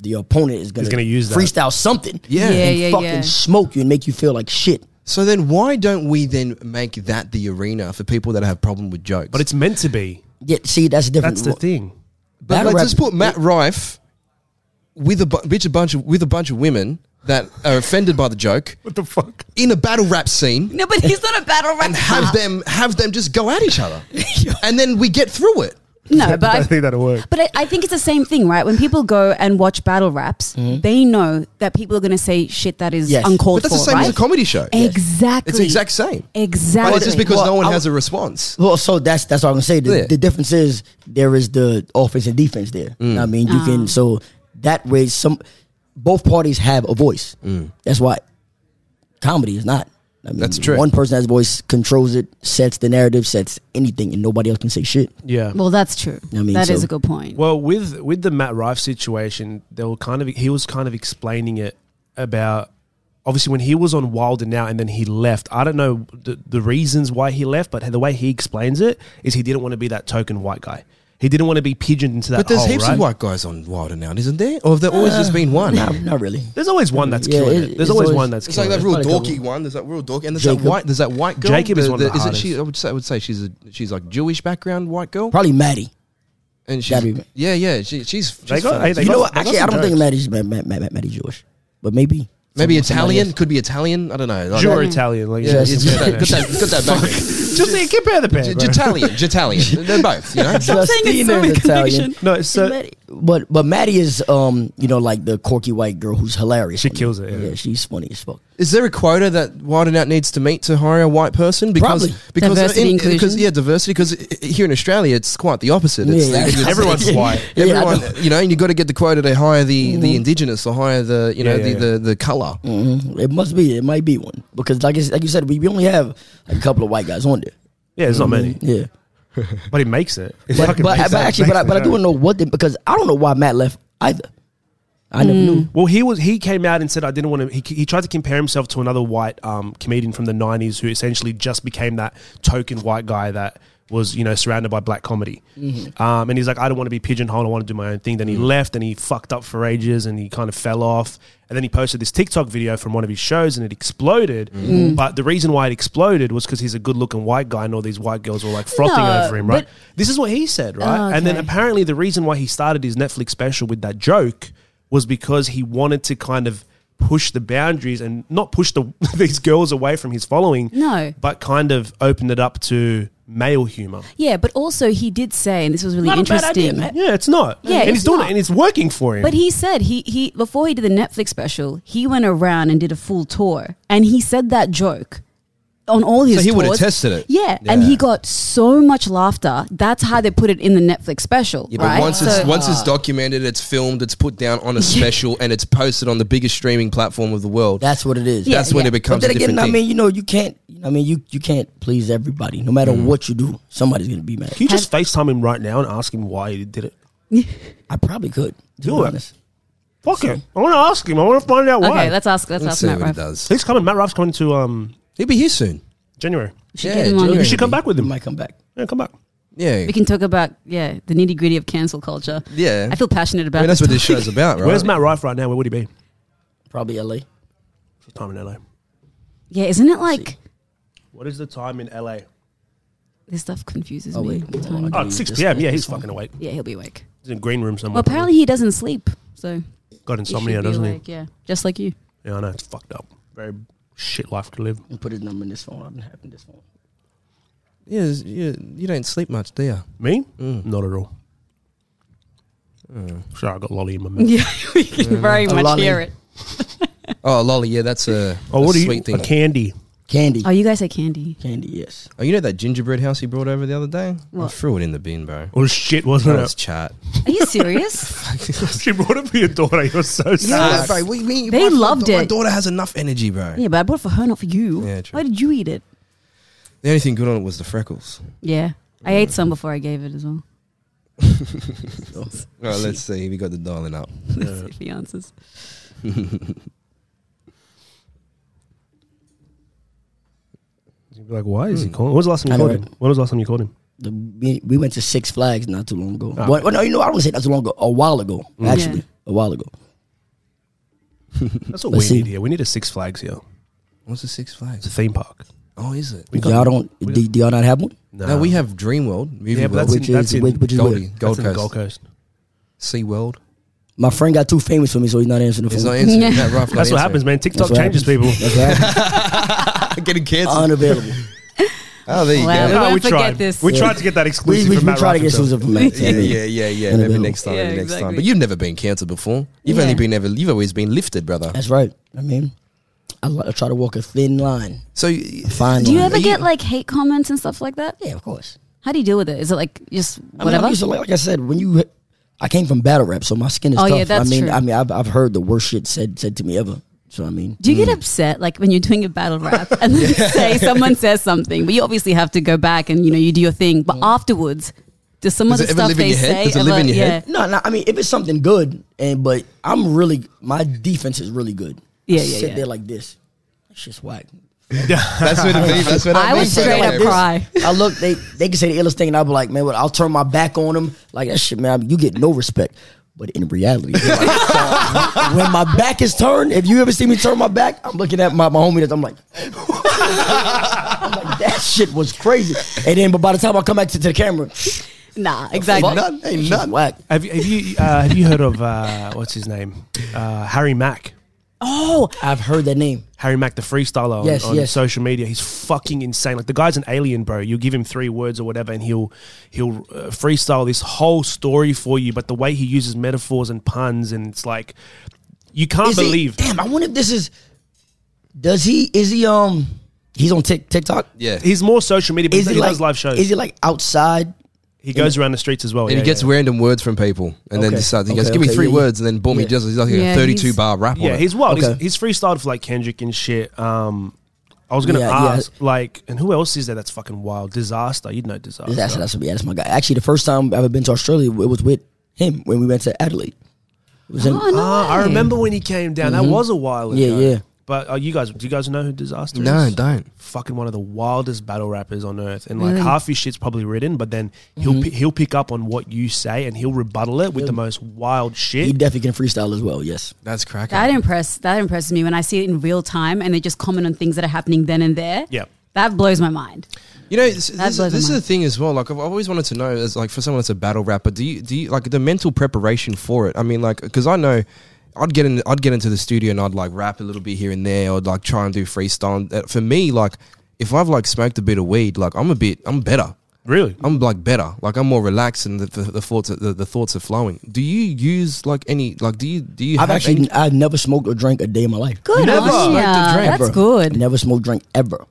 The opponent is gonna, gonna use that. freestyle something. Yeah. Yeah, and yeah, fucking yeah. smoke you and make you feel like shit. so then, why don't we then make that the arena for people that have problem with jokes? But it's meant to be. Yeah, see, that's different. That's the thing. But Battle like, rap- just put Matt Rife with a bu- bitch a bunch of with a bunch of women that are offended by the joke What the fuck? in a battle rap scene no, but he's not a battle and have them have them just go at each other, and then we get through it. No, but I I, think that'll work. But I, I think it's the same thing, right? When people go and watch battle raps, they know that people are going to say shit that is Yes. uncalled Mm-hmm. But that's for. the same right? as a comedy show. Exactly. It's the exact same. Exactly. But it's just because Well, no one I- has a response. Well, so that's that's what I'm gonna say. The, Yeah. the difference is there is the offense and defense there. I Mm. mean, you can so that way some both parties have a voice. That's why comedy is not. I mean, Mm. That's true. One person has a voice, controls it, sets the narrative, sets anything, and nobody else can say shit. Yeah. well, that's true. That I is mean, so- a good point. Well, with with the Matt Rife situation, they were kind of he was kind of explaining it about obviously when he was on Wilder now and then he left. I don't know the, the reasons why he left, but the way he explains it is he didn't want to be that token white guy. He didn't want to be pigeoned into that. But there's hole, heaps right? of white guys on Wilder now, isn't there? Or have there always just been one? Nah, not really. There's always one that's Yeah, killing it- it. it's There's always, always- one that's It's like killing that it. real Not a dorky couple. one. There's that real dorky, and there's Jacob. that white. There's that white girl. Jacob is one of the isn't she? hardest. I would say, I would say she's a, she's like Jewish background white girl. Probably Maddie. And she's, Gabby. yeah, yeah, she, she's, They she's got- fine. hey, they You got- know what? they got Actually, I some don't jokes. think Maddie's Matt, Matt, Matt, Maddie's Jewish, but maybe Maybe somebody Italian else. could be Italian. I don't know. Like, Jew or yeah, Italian, like yeah, it's got that, yeah. got that, got that background. Just say compare the pair. J- bro. Italian, Italian. They're both, you know. Stop saying it's so Justina in is Italian. conviction. No, so Maddie- but but Maddie is um you know like the quirky white girl who's hilarious. She on kills it, yeah. she's funny as fuck. Is there a quota that Widen Out needs to meet to hire a white person? Because Probably. because Diversity, inclusion. because yeah, diversity. Because i- i- here in Australia, it's quite the opposite. It's, Yeah, yeah. it's- Everyone's it's- white. Yeah, I Everyone, know. Mm. you know, and you got to get the quota to hire the the indigenous or hire the you know Yeah, yeah, the, the the color. Mhm. It must be. It might be one because like I s- like you said, we, we only have a couple of white guys on there. yeah, it's not many, Yeah, but it makes it. It Mm-hmm. but, fucking but, makes but it. actually, Makes but I, the but I joke. do know what they, because I don't know why Matt left either. I never Mm. knew. Well, he was he came out and said I didn't want to. He, he tried to compare himself to another white um, comedian from the '90s who essentially just became that token white guy that was you know surrounded by black comedy. Mm-hmm. Um, and he's like, I don't want to be pigeonholed. I want to do my own thing. Then he left and he fucked up for ages and he kind of fell off. And then he posted this TikTok video from one of his shows and it exploded. Mm-hmm. But the reason why it exploded was because he's a good-looking white guy and all these white girls were like frothing No, over him, right? but- This is what he said, right? Oh, And then okay. apparently the reason why he started his Netflix special with that joke was because he wanted to kind of push the boundaries and not push the these girls away from his following. No. But kind of open it up to male humor. Yeah, but also he did say, and this was really interesting. Yeah, it's not. Uh, Yeah, and it's he's doing not. it and it's working for him. But he said he he before he did the Netflix special, he went around and did a full tour, and he said that joke on all his. So he would would've tested it. Yeah, and Yeah. he got so much laughter. That's how they put it in the Netflix special, Yeah, but right? once so, Oh. it's once it's documented, it's filmed, it's put down on a special, and it's posted on the biggest streaming platform of the world. That's what it is. Yeah, That's when yeah. it But becomes then a different again, I thing. mean, you know, you can't. I mean, you you can't please everybody. No matter what you do, somebody's gonna be mad. Mm. Can you just FaceTime him right now and ask him why he did it? I probably could. To Do be it. honest. Fuck it. I want to ask him. I want to find out why. Okay, let's ask. Let's, Let's ask see Matt what he Rife. does. He's coming. Matt Ruff's coming to um He'll be here soon. January. We should Yeah, get him on. Julian. You should come back with He him. might come back. Yeah, come back. Yeah, We can talk about yeah the nitty gritty of cancel culture. yeah. I feel passionate about. I mean, that's this what this show's about, right? Where's Matt Rife right now? Where would he be? Probably LA. What's the time in LA? Yeah, isn't it like What is the time in LA? this stuff confuses Oh, me? wait, hold on. Time. Oh, it's 6 p.m. Yeah, he's fucking awake. Yeah, he'll be awake. He's in a green room somewhere. Well, apparently he doesn't sleep, so uh, got he should insomnia, be doesn't awake, Yeah, just like you. he? Yeah, I know. It's fucked up. Very shit life to live. And put his number in this phone. I didn't have in this phone. Yeah, it's- you, you don't sleep much, do you? Me? Mm. Not at all. Sure, I got lolly in my mouth. Yeah, we can very A much lolly. hear it. Oh, lolly. Yeah, that's a, Oh, what a are you? sweet A thing. candy. Candy. Oh, you guys say candy. Candy, yes. Oh, you know that gingerbread house you brought over the other day? I What? threw it in the bin, bro. Oh shit, That wasn't was it? chat. Are you serious? she brought it for your daughter. You're so Yes. sad. bro, what do you mean? They My- loved my, My it. daughter has enough energy, bro. yeah, but I bought it for her, not for you. Yeah, true. Why did you eat it? The only thing good on it was the freckles. Yeah, I ate some before I gave it as well. All right, let's see. We got the dialing up. Let's see if he answers. You'd be like, why is he calling? Hmm. When was the last time you I know, called him? When was the last time you called him? The, we, we went to Six Flags not too long ago. Ah. Well, well, no, you know, I don't say not too long ago. A while ago, Mm. actually. Yeah. A while ago. That's what Let's we see. need here. We need a Six Flags here. What's the Six It's a Flags? theme park. Oh, is it? We Y'all don't, we do, do y'all not have one? No, we have Dream World, Movie Yeah, World, but that's in, Which that's is, in which, which is Goldie, where? Gold that's in Coast, Gold Coast. Sea World. My friend got too famous for me, so he's not answering the It's phone. not answering. Yeah. Matt Ruff not That's what happens, answering. man. TikTok That's what changes happens. people. That's what happened. Getting canceled. Unavailable. Oh, there you Wow. go. Yeah. won't we forget tried. this. We Yeah. tried to get that We, exclusive. we, from we Matt try to Ruff get himself. Susan from Max. Yeah, yeah, yeah, yeah. Maybe Unavailable. next time. Yeah, maybe next time. exactly. But you've never been cancelled before. You've only Yeah. been ever. You've always been lifted, brother. That's right. I mean, I, li- I try to walk a thin line. So Fine Do you line. ever get like hate comments and stuff like that? Yeah, of course. How do you deal with it? Is it like just I mean, whatever? I'm used to, like, like I said, when you, I came from battle rap, so my skin is Oh, tough. yeah, that's I mean, true. I mean, I've, I've heard the worst shit said said to me ever. So I mean, Mm. do you get Mm. upset like when you're doing a battle rap and then say someone says something, but you obviously have to go back and you know you do your thing, but afterwards, does some Does of it the ever stuff live in they your head? say Does it live ever- in your yeah. head? no, no. I mean, if it's something good, and but I'm really my defense is really good. Yeah, I yeah, Sit yeah. there like this. That's just whack. That's what it be. That's what I be. would straight up Like this. cry. I look, they they can say the illest thing, and I'll be like, man, what? I'll turn my back on them. Like that shit, man. you get no respect. But in reality, like, when my back is turned, if you ever see me turn my back, I'm looking at my, my homie. That I'm like, I'm like, that shit was crazy. And then, but by the time I come back to, to the camera, Nah, exactly. Ain't nothing. Ain't she's nothing. whack. Have you have you, uh, have you heard of uh, what's his name? Uh, Harry Mack. Oh, I've heard that name. Harry Mack, the freestyler on, Yes, on yes. social media, he's fucking insane. Like the guy's an alien, bro. You give him three words or whatever, and he'll he'll uh, freestyle this whole story for you. But the way he uses metaphors and puns, and it's like you can't Is he- believe. damn, I wonder if this is. Does he? Is he? Um, he's on Tik TikTok. Yeah. He's more social media, but Is he, it he like does live shows. Is it like outside? he goes around the streets as well. And yeah, he gets yeah. random words from people, and then Okay. just starts. He goes, Okay, "Give me okay, three yeah, words," and then boom, he yeah. does. He's like Yeah, a thirty-two he's- bar rap. on Yeah, it. he's wild. Okay. He's, he's freestyled for like Kendrick and shit. Um, I was gonna Yeah, yeah. ask like, and who else is there that's fucking wild? Disaster. You'd know disaster. That's that's yeah, that's my guy. Actually, the first time I ever been to Australia, it was with him when we went to Adelaide. It was him. oh, no Ah, I way. remember when he came down. That was a while ago. Mm-hmm. Yeah, yeah. But uh, you guys, do you guys know who Disaster no, is? don't. Fucking one of the wildest battle rappers on earth, and like Really? half his shit's probably written, but then he'll Mm-hmm. pi- he'll pick up on what you say and he'll rebuttal it with the most wild He shit. definitely can freestyle as well. Yes, That's cracking. That impress that impresses me when I see it in real time and they just comment on things that are happening then and there. Yeah. That blows my mind. You know, this, this, blows this my is the mind. thing as well. Like, I've always wanted to know, as like for someone that's a battle rapper, do you do you like the mental preparation for it? I mean, like, because I know. I'd get in. I'd get into the studio and I'd like rap a little bit here and there, or like try and do freestyle. Uh, For me, like if I've like smoked a bit of weed, like I'm a bit, I'm better. Really? I'm like better. Like I'm more relaxed and the, the, the thoughts are, the, the thoughts are flowing. Do you use like any like do you do you I've have actually any- I've never smoked or drank a day in my life. Good Never on smoked a ya. drink, bro. That's good. Never smoked, drank ever.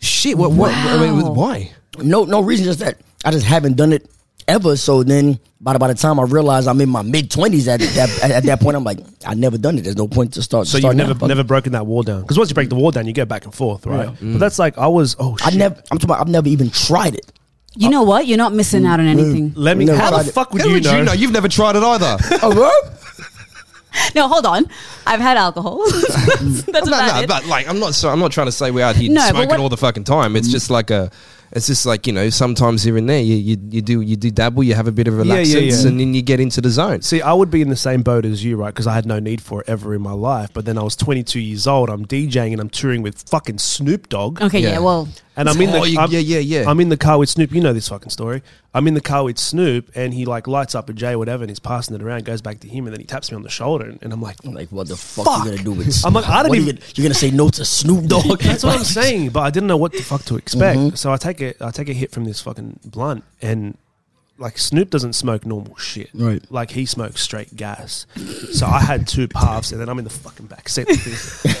shit? What what I mean, Wow. with- why? No, no reason. Just that I just haven't done it ever. So then, by the, by the time I realized I'm in my mid twenties at that at, at that point, I'm like, I never done it. There's no point to start. So you've start now. never Fuck never broken that wall down because once you break the wall down, you go back and forth, right? But that's like I was. Oh, it. I shit. never. I'm talking. About, I've never even tried it. You know what? You're not missing out on anything. Let me. Never How tried the it. fuck would How you would know? Oh, You've never tried it either. Oh, No, hold on. I've had alcohol. That's about no, no, it. but like I'm not so I'm not trying to say we're out here No, but smoking what- all the fucking time. It's just like a it's just like, you know, sometimes here and there you, you, you do you do dabble, you have a bit of Yeah, relaxance yeah, yeah. and then you get into the zone. See, I would be in the same boat as you, right? Because I had no need for it ever in my life. But then I was 22 years old. I'm DJing and I'm touring with fucking Snoop Dogg. okay, yeah. Yeah. well, And I'm in the Oh, you- I'm- yeah, yeah, yeah. I'm in the car with Snoop. You know this fucking story. I'm in the car with Snoop, and he like lights up a J whatever, and he's passing it around. Goes back to him, and then he taps me on the shoulder, and, and I'm like, I'm like, what the fuck, Fuck. you gonna do with Snoop? I'm like, I don't What are even- You, gonna- you're gonna say no to Snoop Dogg? That's what I'm saying, but I didn't know what the fuck to expect. Mm-hmm. So I take a I take a hit from this fucking blunt, and like Snoop doesn't smoke normal shit. Right. Like he smokes straight gas. so I had two puffs, and then I'm in the fucking back seat. like this.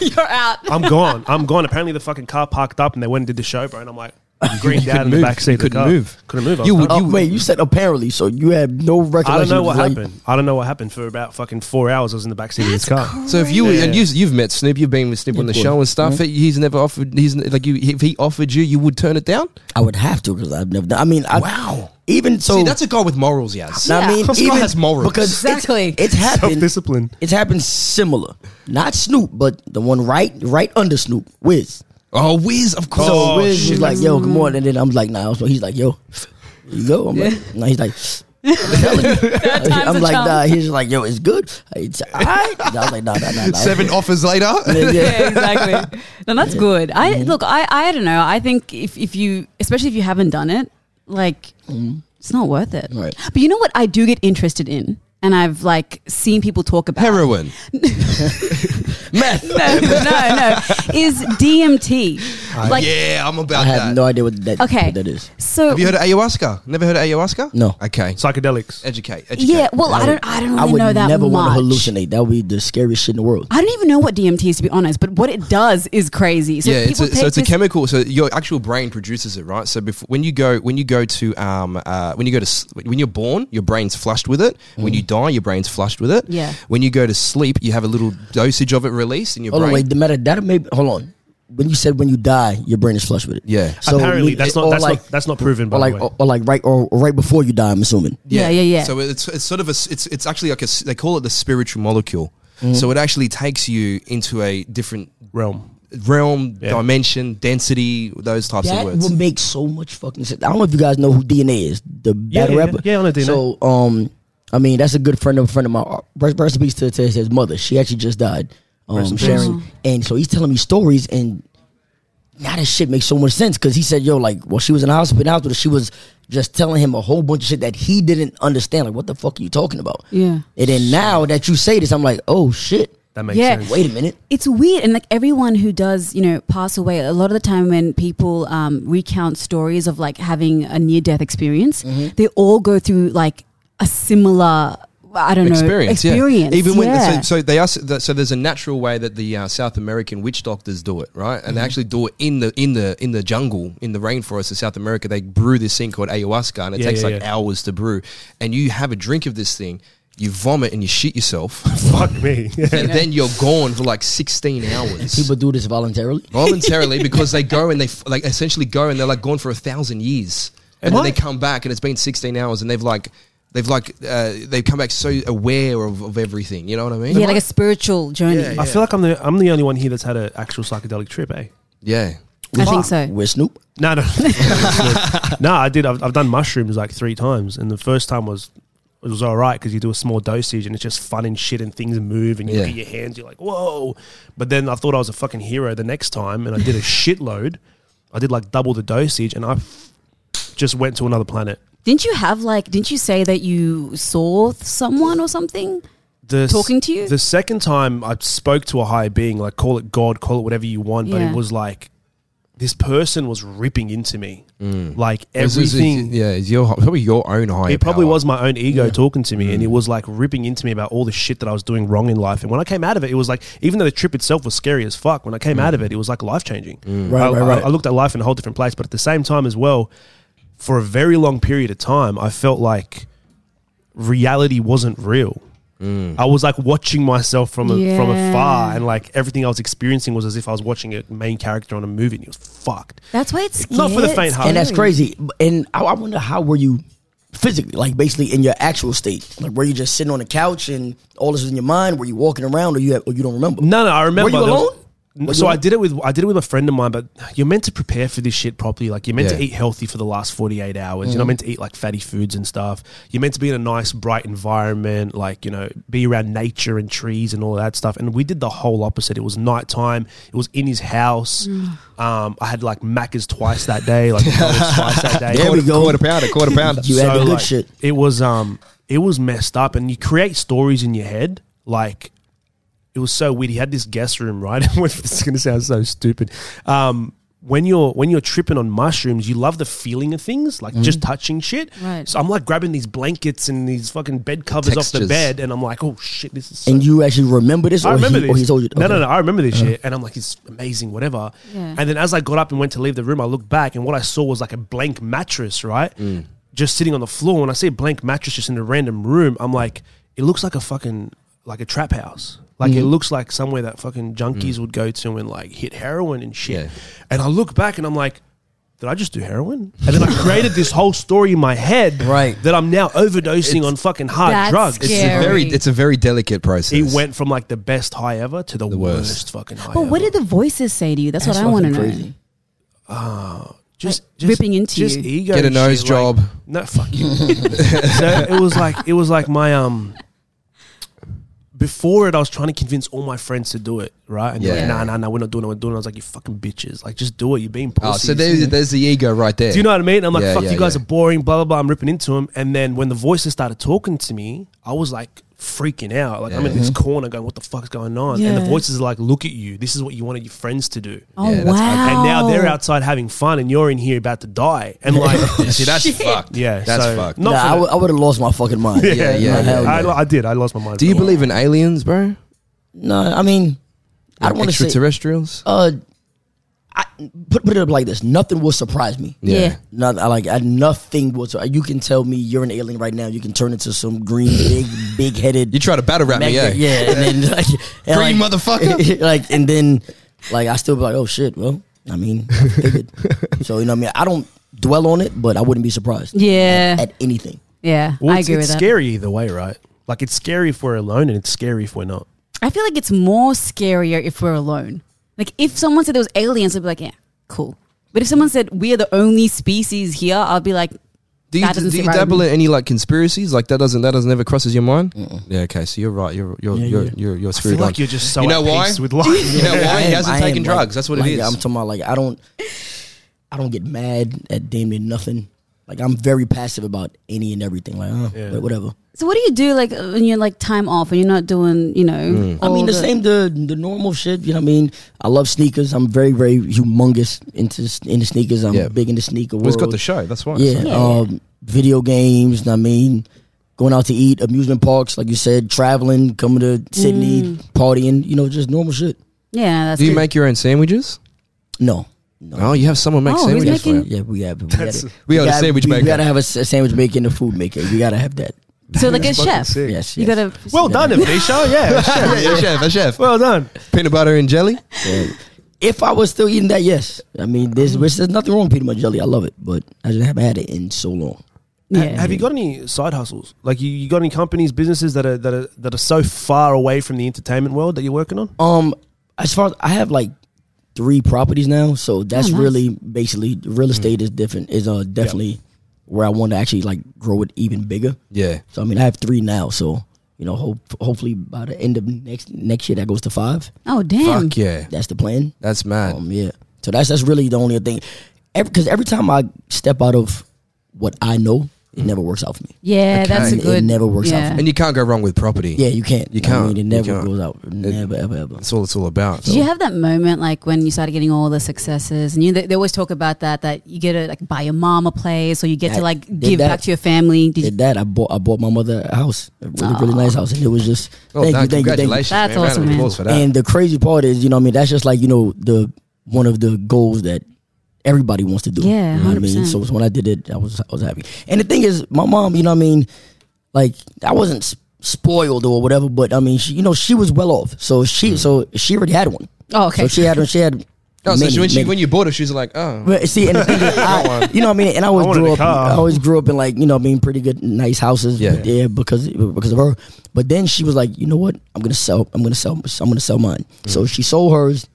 you're out. I'm gone. I'm gone. Apparently the fucking car parked up, and they went and did the show, bro. And I'm like. Greened out in the move. back seat. You of the couldn't car. move. Couldn't move. I You was would- done. Oh, wait, you said apparently, so you have no I recollection. don't know of, what like- happened. I don't know what happened for about fucking four hours. I was in the back seat of this car. So if you Yeah. and you, you've met Snoop, you've been with Snoop on the of course. show and stuff. He's never offered. He's n- like you. If he offered you, you would turn it down. I would have to because I've never. Done, I mean, I, Wow. Even so, See, that's a guy with morals, yes. I mean, This guy even has morals. because Exactly. it's, it's happened. Self-discipline. It's happened similar, not Snoop, but the one right, right under Snoop, Wiz. Oh, Wiz, of course. So Oh, Wiz shit. was like, "Yo, come on," and then I'm like, "Nah." So he's like, "Yo, you go." I'm like, "Nah." He's like. I'm, telling you. time's a I'm like, charm. nah. He's like, yo, it's good. It's all right. I was like, nah, nah, nah, nah. Seven offers later. Yeah, yeah. yeah, exactly. No, that's good. I Mm-hmm. look, I, I don't know. I think if, if you, especially if you haven't done it, like Mm-hmm. it's not worth it. Right. But you know what? I do get interested in, and I've like seen people talk about. Heroin. Meth. no, no, no. Is DMT like Ah, yeah, I'm I about have that. no idea what that, okay? what that is. So Have you heard of ayahuasca? Never heard of ayahuasca? No. Okay. Psychedelics. Educate. educate. yeah. Well, I don't. I don't I really would know that never much. want to hallucinate. That would be the scariest shit in the world. I don't even know what DMT is to be honest, but what it does is crazy. So yeah, it's people a, take so it's a this- chemical. So your actual brain produces it, right? So before, when you go when you go to um uh, when you go to s- when you're born, your brain's flushed with it. When you die, your brain's flushed with it. Mm. Yeah. When you go to sleep, you have a little dosage of it released in your Hold brain. on, wait. The matter that may hold on. When you said when you die, your brain is flush with it. Yeah. Apparently, we- that's or not that's like, not that's not proven. By or like the way. or, or like right or, or right before you die. I'm assuming. Yeah, yeah, yeah. So it's it's sort of a s- it's it's actually like a s- they call it the spiritual molecule. Mm. So it actually takes you into a different realm. realm, Yeah. dimension, density, those types That of words. would make so much fucking sense. I don't know if you guys know who DNA is, the Yeah, bad yeah, yeah. rapper. Yeah, I know DNA. So, um, I mean, that's a good friend of a friend of mine. Rest, rest in peace to, to his mother. She actually just died. Rest in Um, peace. Sharon. And so he's telling me stories, and now that shit makes so much sense because he said, "Yo, like, well, she was in the hospital, in the hospital, she was just telling him a whole bunch of shit that he didn't understand. Like, what the fuck are you talking about?" Yeah. And then now that you say this, I'm like, "Oh shit! That makes Yeah. sense. Wait a minute." it's weird and like everyone who does you know pass away a lot of the time when people um, recount stories of like having a near death experience Mm-hmm. they all go through like a similar i don't experience, know experience Yeah. Even when yeah. so, so they are so there's a natural way that the uh, South American witch doctors do it, right? And they actually do it in the in the in the jungle in the rainforest of South America. They brew this thing called ayahuasca, and it Yeah, takes yeah, like yeah. hours to brew. And you have a drink of this thing, you vomit and you shit yourself, Fuck me. and then you're gone for like 16 hours. People do this voluntarily. voluntarily because they go and they f- like essentially go and they're like gone for a thousand years and Am then I- they come back and it's been 16 hours and they've like they've like uh, they've come back so aware of, of everything you know what i mean yeah like a spiritual journey Yeah, I feel like I'm the I'm the only one here that's had an actual psychedelic trip, eh? yeah i think so With Snoop, No, no, no. I did. I've, I've done mushrooms like three times, and the first time was it was all right because you do a small dosage and it's just fun and shit, and things move, and you Yeah. look at your hands, you're like, whoa. But then I thought I was a fucking hero the next time, and I did a shitload. I did like double the dosage, and I f- just went to another planet. didn't you have like didn't you say that you saw someone or something the s- talking to you? The second time I spoke to a higher being, like call it God, call it whatever you want, but Yeah. it was like this person was ripping into me, like It's- it's- it's- everything. yeah it's your probably your own higher It probably power. Mm. was my own ego talking to me, and it was like ripping into me about all the shit that I was doing wrong in life. And when I came out of it, it was like, even though the trip itself was scary as fuck, when I came Mm. out of it, it was like life changing. Right, I, right, I- right. I looked at life in a whole different place, but at the same time as well, for a very long period of time, I felt like reality wasn't real. Mm. I was like watching myself from a, from Yeah. afar, and like everything I was experiencing was as if I was watching a main character on a movie, and it was fucked. that's why it's Not for the scary. Oh. faint-hearted. and that's crazy. And I, I wonder how were you physically, like basically in your actual state, like where you're just sitting on the couch and all this is in your mind, where you're walking around or you have, or you don't remember. No, no, I Were remember. you there was- alone? N- Were you so I alone? did it with I did it with a friend of mine, but you're meant to prepare for this shit properly. Like you're meant Yeah. to eat healthy for the last 48 hours. Mm. You're not meant to eat like fatty foods and stuff. You're meant to be in a nice, bright environment, like you know, be around nature and trees and all that stuff. And we did the whole opposite. It was nighttime. It was in his house. Mm. um, I had like macas twice that day, like McDonald's twice that day. There we Quarter- go. Quarter pounder, quarter pounder. You had the good like, shit. It was um, it was messed up, and you create stories in your head. Like it was so weird. He had this guest room, right? it's going to sound so stupid. Um, when you're when you're tripping on mushrooms, you love the feeling of things, like just Mm. touching shit. Right. So I'm like grabbing these blankets and these fucking bed covers off the textures. bed, and I'm like, oh shit, this is. So And you actually remember this? Or I remember he, this. Or he told you? No, okay. no, Uh-huh. no. I remember this shit, and I'm like, it's amazing, whatever. Yeah. And then as I got up and went to leave the room, I looked back, and what I saw was like a blank mattress, right, Mm. just sitting on the floor. When I see a blank mattress just in a random room, I'm like, it looks like a fucking like a trap house. Like Mm-hmm. it looks like somewhere that fucking Mm. junkies would go to and like hit heroin and shit. Yeah. And I look back and I'm like. Did I just do heroin? And then I created this whole story in my head, Right. That I'm now overdosing It's- on fucking hard That's drugs. It's a Scary. very, it's a very delicate process. It went from like the best high ever to the, worst. worst. fucking high. But what ever. did the voices say to you? That's, what I want to fucking know. crazy. just, like, ripping into just you? ego Get a shit, nose like- job. no, fuck you. so it was like it was like my um. Before it, I was trying to convince all my friends to do it, right? And they're Yeah. like, nah, nah, nah, we're not doing it, we're doing it. I was like, you fucking bitches. Like, just do it. You're being Oh, pussies. so there's, there's the ego right there. Do you know what I mean? I'm like, Yeah, fuck, yeah, you guys yeah. are boring, blah, blah, blah. I'm ripping into him. And then when the voices started talking to me, I was like freaking out. Like, I'm in this corner going, what the fuck's going on? And the Yeah. voices are like, look at you. This is what you wanted your friends to do. Oh Yeah, that's wow! And now they're outside having fun and you're in here about to die. And like, See, that's fucked. yeah, that's so- fucked. Not Nah, for I, the- w- I would have lost my fucking mind. yeah, yeah, Nah, hell yeah. no. I, I did. I lost my mind. Do you believe in aliens, bro? No, I mean, I don't want to say. extraterrestrials. Oh, Uh, I, put put it up like this: nothing will surprise me. yeah. Not I like I, nothing will. sur- You can tell me you're an alien right now. You can turn into some green, big, big headed. You try to battle rap me, eh? yeah. Magnet, yeah, and then like, and Green like- motherfucker. like, and then like I still be like, oh shit. Well, I mean, I figured. so you know, what I mean, I don't dwell on it, but I wouldn't be surprised Yeah. at anything. yeah. Well, I it's, agree it's with that. scary either way, right? Like, it's scary if we're alone and it's scary if we're not. I feel like it's more scarier if we're alone. Like if someone said there was aliens, I'd be like, yeah, cool. But if someone said we're the only species here, I'll be like, Do you, That doesn't do you sit right dabble with in any like conspiracies? Like that doesn't that doesn't ever crosses your mind? Yeah. Okay. So you're right. You're you're Yeah, you're, yeah. you're you're I feel screwed on. like you're just so You know at why? peace with life. you know why I he am- hasn't I taken am, like- drugs? That's what like, it is. I'm talking about like I don't, I don't get mad at damn near nothing. Like I'm very passive about any and everything. Like uh, Yeah. but whatever. so what do you do like when you're like time off and you're not doing, you know? I all mean the, same the the normal shit. You know what I mean? I love sneakers. I'm very very humongous into s- into sneakers. I'm Yeah. big into sneaker world. Well, it's got the show. That's why. yeah, um, video games. know what I mean, going out to eat, amusement parks, like you said, traveling, coming to Sydney, Mm. partying. You know, just normal shit. Yeah, that's Do you good. make your own sandwiches? No, no. Oh, you have someone make Oh, who's sandwiches for making- you. Yeah, we have. We, gotta, We got a sandwich we, maker. We gotta have a, s- a sandwich maker and a food maker. We gotta have that. so like a chef. sick. Yes, You yes. gotta well done, Avisha. Yeah. Yeah, yeah, chef, a chef. well done. Peanut butter and jelly. Yeah. If I was still eating that, yes. I mean, Mm. there's, which, there's nothing wrong with peanut butter jelly. I love it, but I just haven't had it in so long. Yeah. Ha- Have you got any side hustles? Like you, you got any companies, businesses that are that are that are so far away from the entertainment world that you're working on? Um, as far as I have like three properties now, so that's Oh, nice. Hmm. really basically real estate is different. Is uh definitely where I want to actually like grow it even bigger. Yeah. So I mean, I have three now, so you know, hope hopefully by the end of next next year that goes to five. Oh damn. Mm. Fuck yeah. That's the plan. That's mad. Um, yeah. So that's that's really the only thing, because every time I step out of what I know, Hmm. it never works out for me. Yeah, that's a It- it good. never works out yeah. for and you can't go wrong with property. Yeah, you can't. You I can't. mean, You it never can't. goes out. Never, ever, ever. That's all it's all about. Did you have that moment like when you started getting all the successes and you they, they always talk about that that you get to like buy your mom a place or you get I to like did give that. back to your family? Did you, Did that? I bought. I bought my mother a house, a really, really Aw. nice house, and it was just. Oh, thank nah, you, thank you, thank you. congratulations, That's man. Round of awesome, man. applause for that. And the crazy part is, you know, what I mean, that's just like you know the one of the goals that everybody wants to do. Yeah, you know what I mean. 100%. So when I did it, I was I was happy. And the thing is, my mom, you know, what I mean, like I wasn't s- spoiled or whatever, but I mean, she, you know, she was well off, so she so she already had one. Oh, okay. So she had she had Hmm. No, many, so she, when, she, many. when you bought her, she was like, oh. But see, and the thing is, I, you know what I mean. And I always I wanted grew a up. car. I always grew up in like you know, being pretty good, nice houses. Yeah. Yeah, yeah, because because of her. But then she was like, you know what? I'm gonna sell. I'm gonna sell. I'm gonna sell mine. So she sold hers.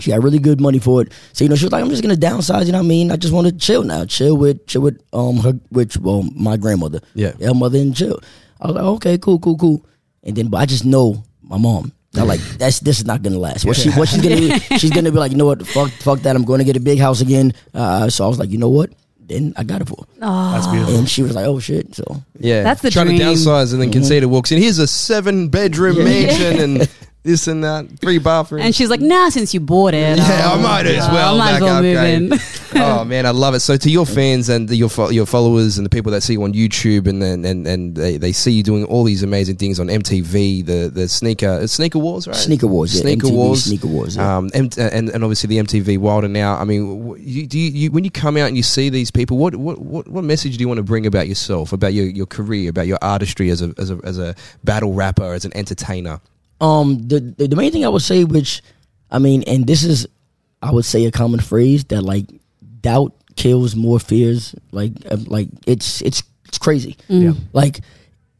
She had really good money for it. So you know, she was like, I'm just gonna downsize. You know what I mean? I just want to chill now. Chill with chill with um her which well my grandmother. Yeah. her mother and chill. I was like, okay, cool, cool, cool. And then, but I just know my mom. I like that's this is not gonna last. What she what she's gonna do, she's gonna be like, you know what? Fuck, fuck that. I'm going to get a big house again. Uh, so I was like, you know what? Then I got it for. her. Oh. That's beautiful. And she was like, oh shit. So Yeah. That's the Trying dream. to downsize and then Mm-hmm. Conceda walks in. Here's a seven bedroom mansion and this and that, three bathrooms. And she's like, nah, since you bought it. Yeah, I um, might as uh, well. I might as back well up, move eh? in. oh man, I love it. So to your fans and your fo- your followers and the people that see you on YouTube and then and and they, they see you doing all these amazing things on MTV, the the sneaker it's sneaker wars, right? Sneaker Wars, yeah. sneaker MTV wars, Sneaker Wars, yeah. Um, M- and and obviously the MTV Wilder now. I mean, wh- you, do you, you when you come out and you see these people, what what what, what message do you want to bring about yourself, about your, your career, about your artistry as a as a as a battle rapper, as an entertainer? um the, the the main thing I would say, which I mean, and this is I would say a common phrase that like doubt kills more fears. Like uh, like it's it's it's crazy. Yeah. Like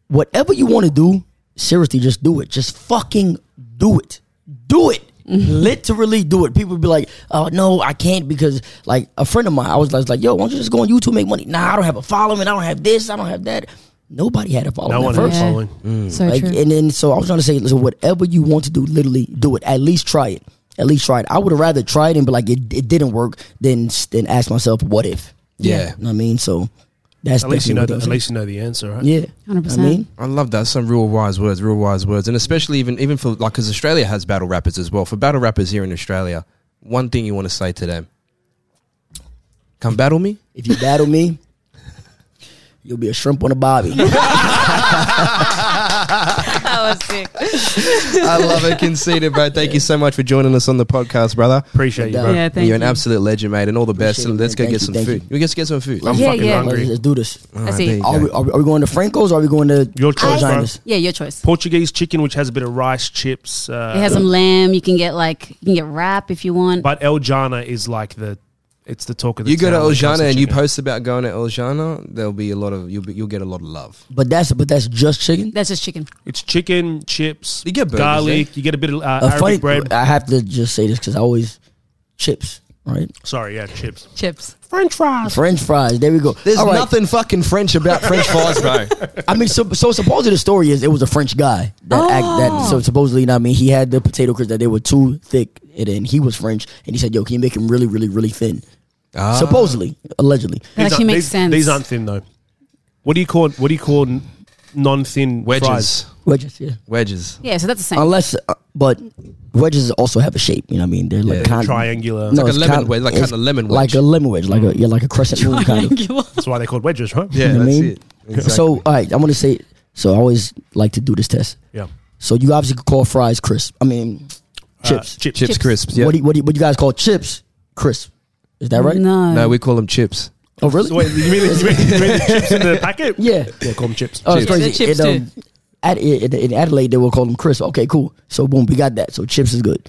whatever you want to do, seriously, just do it. Just fucking do it. Do it. Literally do it. People be like, "Oh no, I can't," because like a friend of mine, I was, I was like, "Yo, why don't you just go on YouTube and make money?" Nah, I don't have a following. I don't have this. I don't have that. Nobody had a following. No at one first. had Yeah. Mm. following. so Like, true. and then so I was trying to say, listen, whatever you want to do, literally do it. At least try it. At least try it. I would have rather tried and be like, it, it didn't work, than than ask myself, what if? Yeah. You know what I mean, so Oh, that's At least definitely you know. what I would The, at say. least you know the answer, right? yeah, 100%. I mean, I love that. Some real wise words, real wise words, and especially even even for like because Australia has battle rappers as well. For battle rappers here in Australia, one thing you want to say to them: Come battle me. if you battle me, you'll be a shrimp on a bobby. that was sick. I love it, Conceited, bro. Thank you so much for joining us on the podcast, brother. Appreciate you, Yeah. bro. Yeah, thank You're you. an absolute legend, mate, and all the best. Appreciate it, And let's go man. get Thank you, some thank food. you. We get to get some food. I'm Yeah, fucking yeah. hungry. Oh, Let's, let's do this. All right, I see. there you Are, go. we, are, we, are we going to Franco's? Or are we going to Your choice, bro. Vaginas? Yeah, your choice. Portuguese chicken, which has a bit of rice, chips. Uh, It has some lamb. You can get like you can get wrap if you want. but El Jana is like the, it's the talk of the you go to town when it comes Eljana and you chicken. post about going to Eljana, there'll be a lot of you'll be, you'll get a lot of love. But that's but that's just chicken. That's just chicken. It's chicken, chips, You get burgers, eh? garlic. You get a bit of uh, A Arabic funny. bread. I have to just say this because I always chips. Right, Sorry, yeah, chips. Chips. French fries. French fries. There we go. There's All right. nothing fucking French about French fries, bro. I mean, so, so supposedly the story is it was a French guy that act that. So supposedly, you know what I mean, he had the potato crisps that they were too thick, and then he was French, and he said, "Yo, can you make him really, really, really thin?" Ah. Ah. Supposedly, allegedly, That These actually aren't- makes these, sense. These aren't thin though. What do you call? What do you call n- non-thin Wedges, fries? wedges. Yeah. wedges. yeah, so that's the same. Unless, uh, but wedges also have a shape. You know what I mean? They're like kind Triangular. a it's lemon kind- wedge, like kind it's of lemon like wedge. a lemon wedge, like a yeah, like a crescent moon kind of. That's why they called wedges, right? Yeah, You know what I that's mean? it. Exactly. So, all right, I'm gonna say. So, I always like to do this test. Yeah. So, you obviously could call fries crisp. I mean, Uh, chips. chips. chips, crisps. Yeah. What do you, what do you, what you guys call chips? Crisp. Is that right? No. no, we call them chips. Oh, really? So wait, you mean, you mean, you mean the chips in the packet? Yeah. Yeah, call them chips. Oh, it's Chips. crazy. Yeah, chips in, um, Ad- in, in Adelaide, they will call them crisp. Okay, cool. So boom, we got that. So chips is good.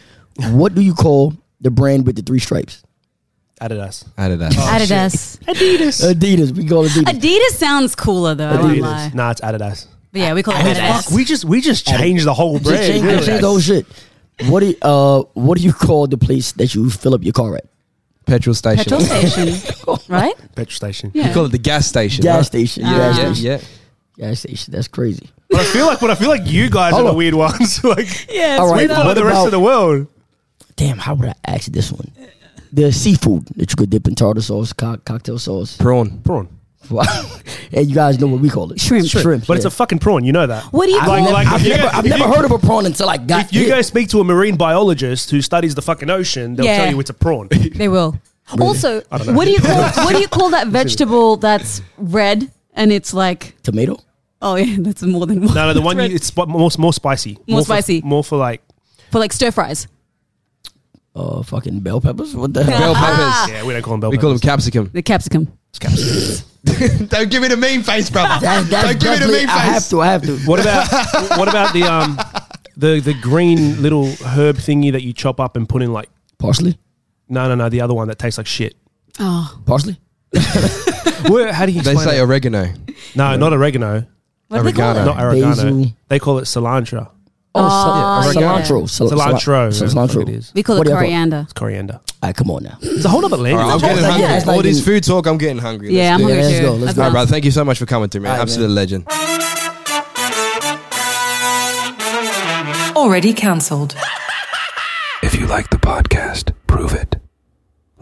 What do you call the brand with the three stripes? Adidas. Adidas. Ah. Adidas. Adidas. Adidas. We call it Adidas. Adidas sounds cooler though. I won't lie. Adidas. Nah, it's Adidas. But yeah, we call it Fuck, Adidas. we just we just changed the whole brand. Just change, just change the whole shit. What do you, uh What do you call the place that you fill up your car at? Petrol station. Petrol station, right? Petrol station. Yeah. You call it the gas station. Gas right? station. Ah. Gas Yeah, station. yeah. Gas station. That's crazy. But I feel like, but I feel like you guys Hold are the on. weird ones. like Yeah. All right. we follow What the rest about- of the world. Damn, how would I ask this one? The seafood that you could dip in tartar sauce, cock, cocktail sauce. Prawn. Prawn. and you guys know what we call it. Shrimp. Shrimp. But it's a fucking prawn. You know that. What do you Like- call- like, I've if you never, guys- I've if you- never heard of a prawn until I got If you here. go speak to a marine biologist who studies the fucking ocean, they'll Yeah. tell you it's a prawn. They will. Also, what do you call what do you call that vegetable that's red and it's like Tomato? oh yeah, that's more than one. No, no, the It's one you, red. it's spi- more more spicy. More for- spicy. more for like for like stir fries. Uh, fucking bell peppers? What the hell? Bell Ah. peppers. yeah. We don't call them bell. Ah. We call them peppers. capsicum. The capsicum. Don't give me the mean face, brother. That, that's Don't give me the definitely, mean I have face. to, I have to. What about what about the um the the green little herb thingy that you chop up and put in like Parsley? No, no, no. The other one that tastes like shit. Oh, Parsley? Where, how do you They explain say it? oregano. no, not oregano. what do they call Oregano. it? Not oregano. Basil. They call it cilantro. Oh, Oh, sal- yeah. cilantro. Sil- Cilantro. sil- That's Cilantro. what it is. We call What it do you call it? coriander. It's coriander. All right, come on now. It's a whole other All right, I'm language. getting hungry. yeah, it's like All this in- food talk, I'm getting hungry. Yeah, I'm do hungry this. let's too. go, let's I've All go. right, got- brother. Thank you so much for coming through, man. All right, Absolute man. legend. Already cancelled. If you like the podcast, prove it.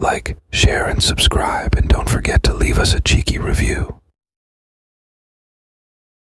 Like, share, and subscribe, and don't forget to leave us a cheeky review.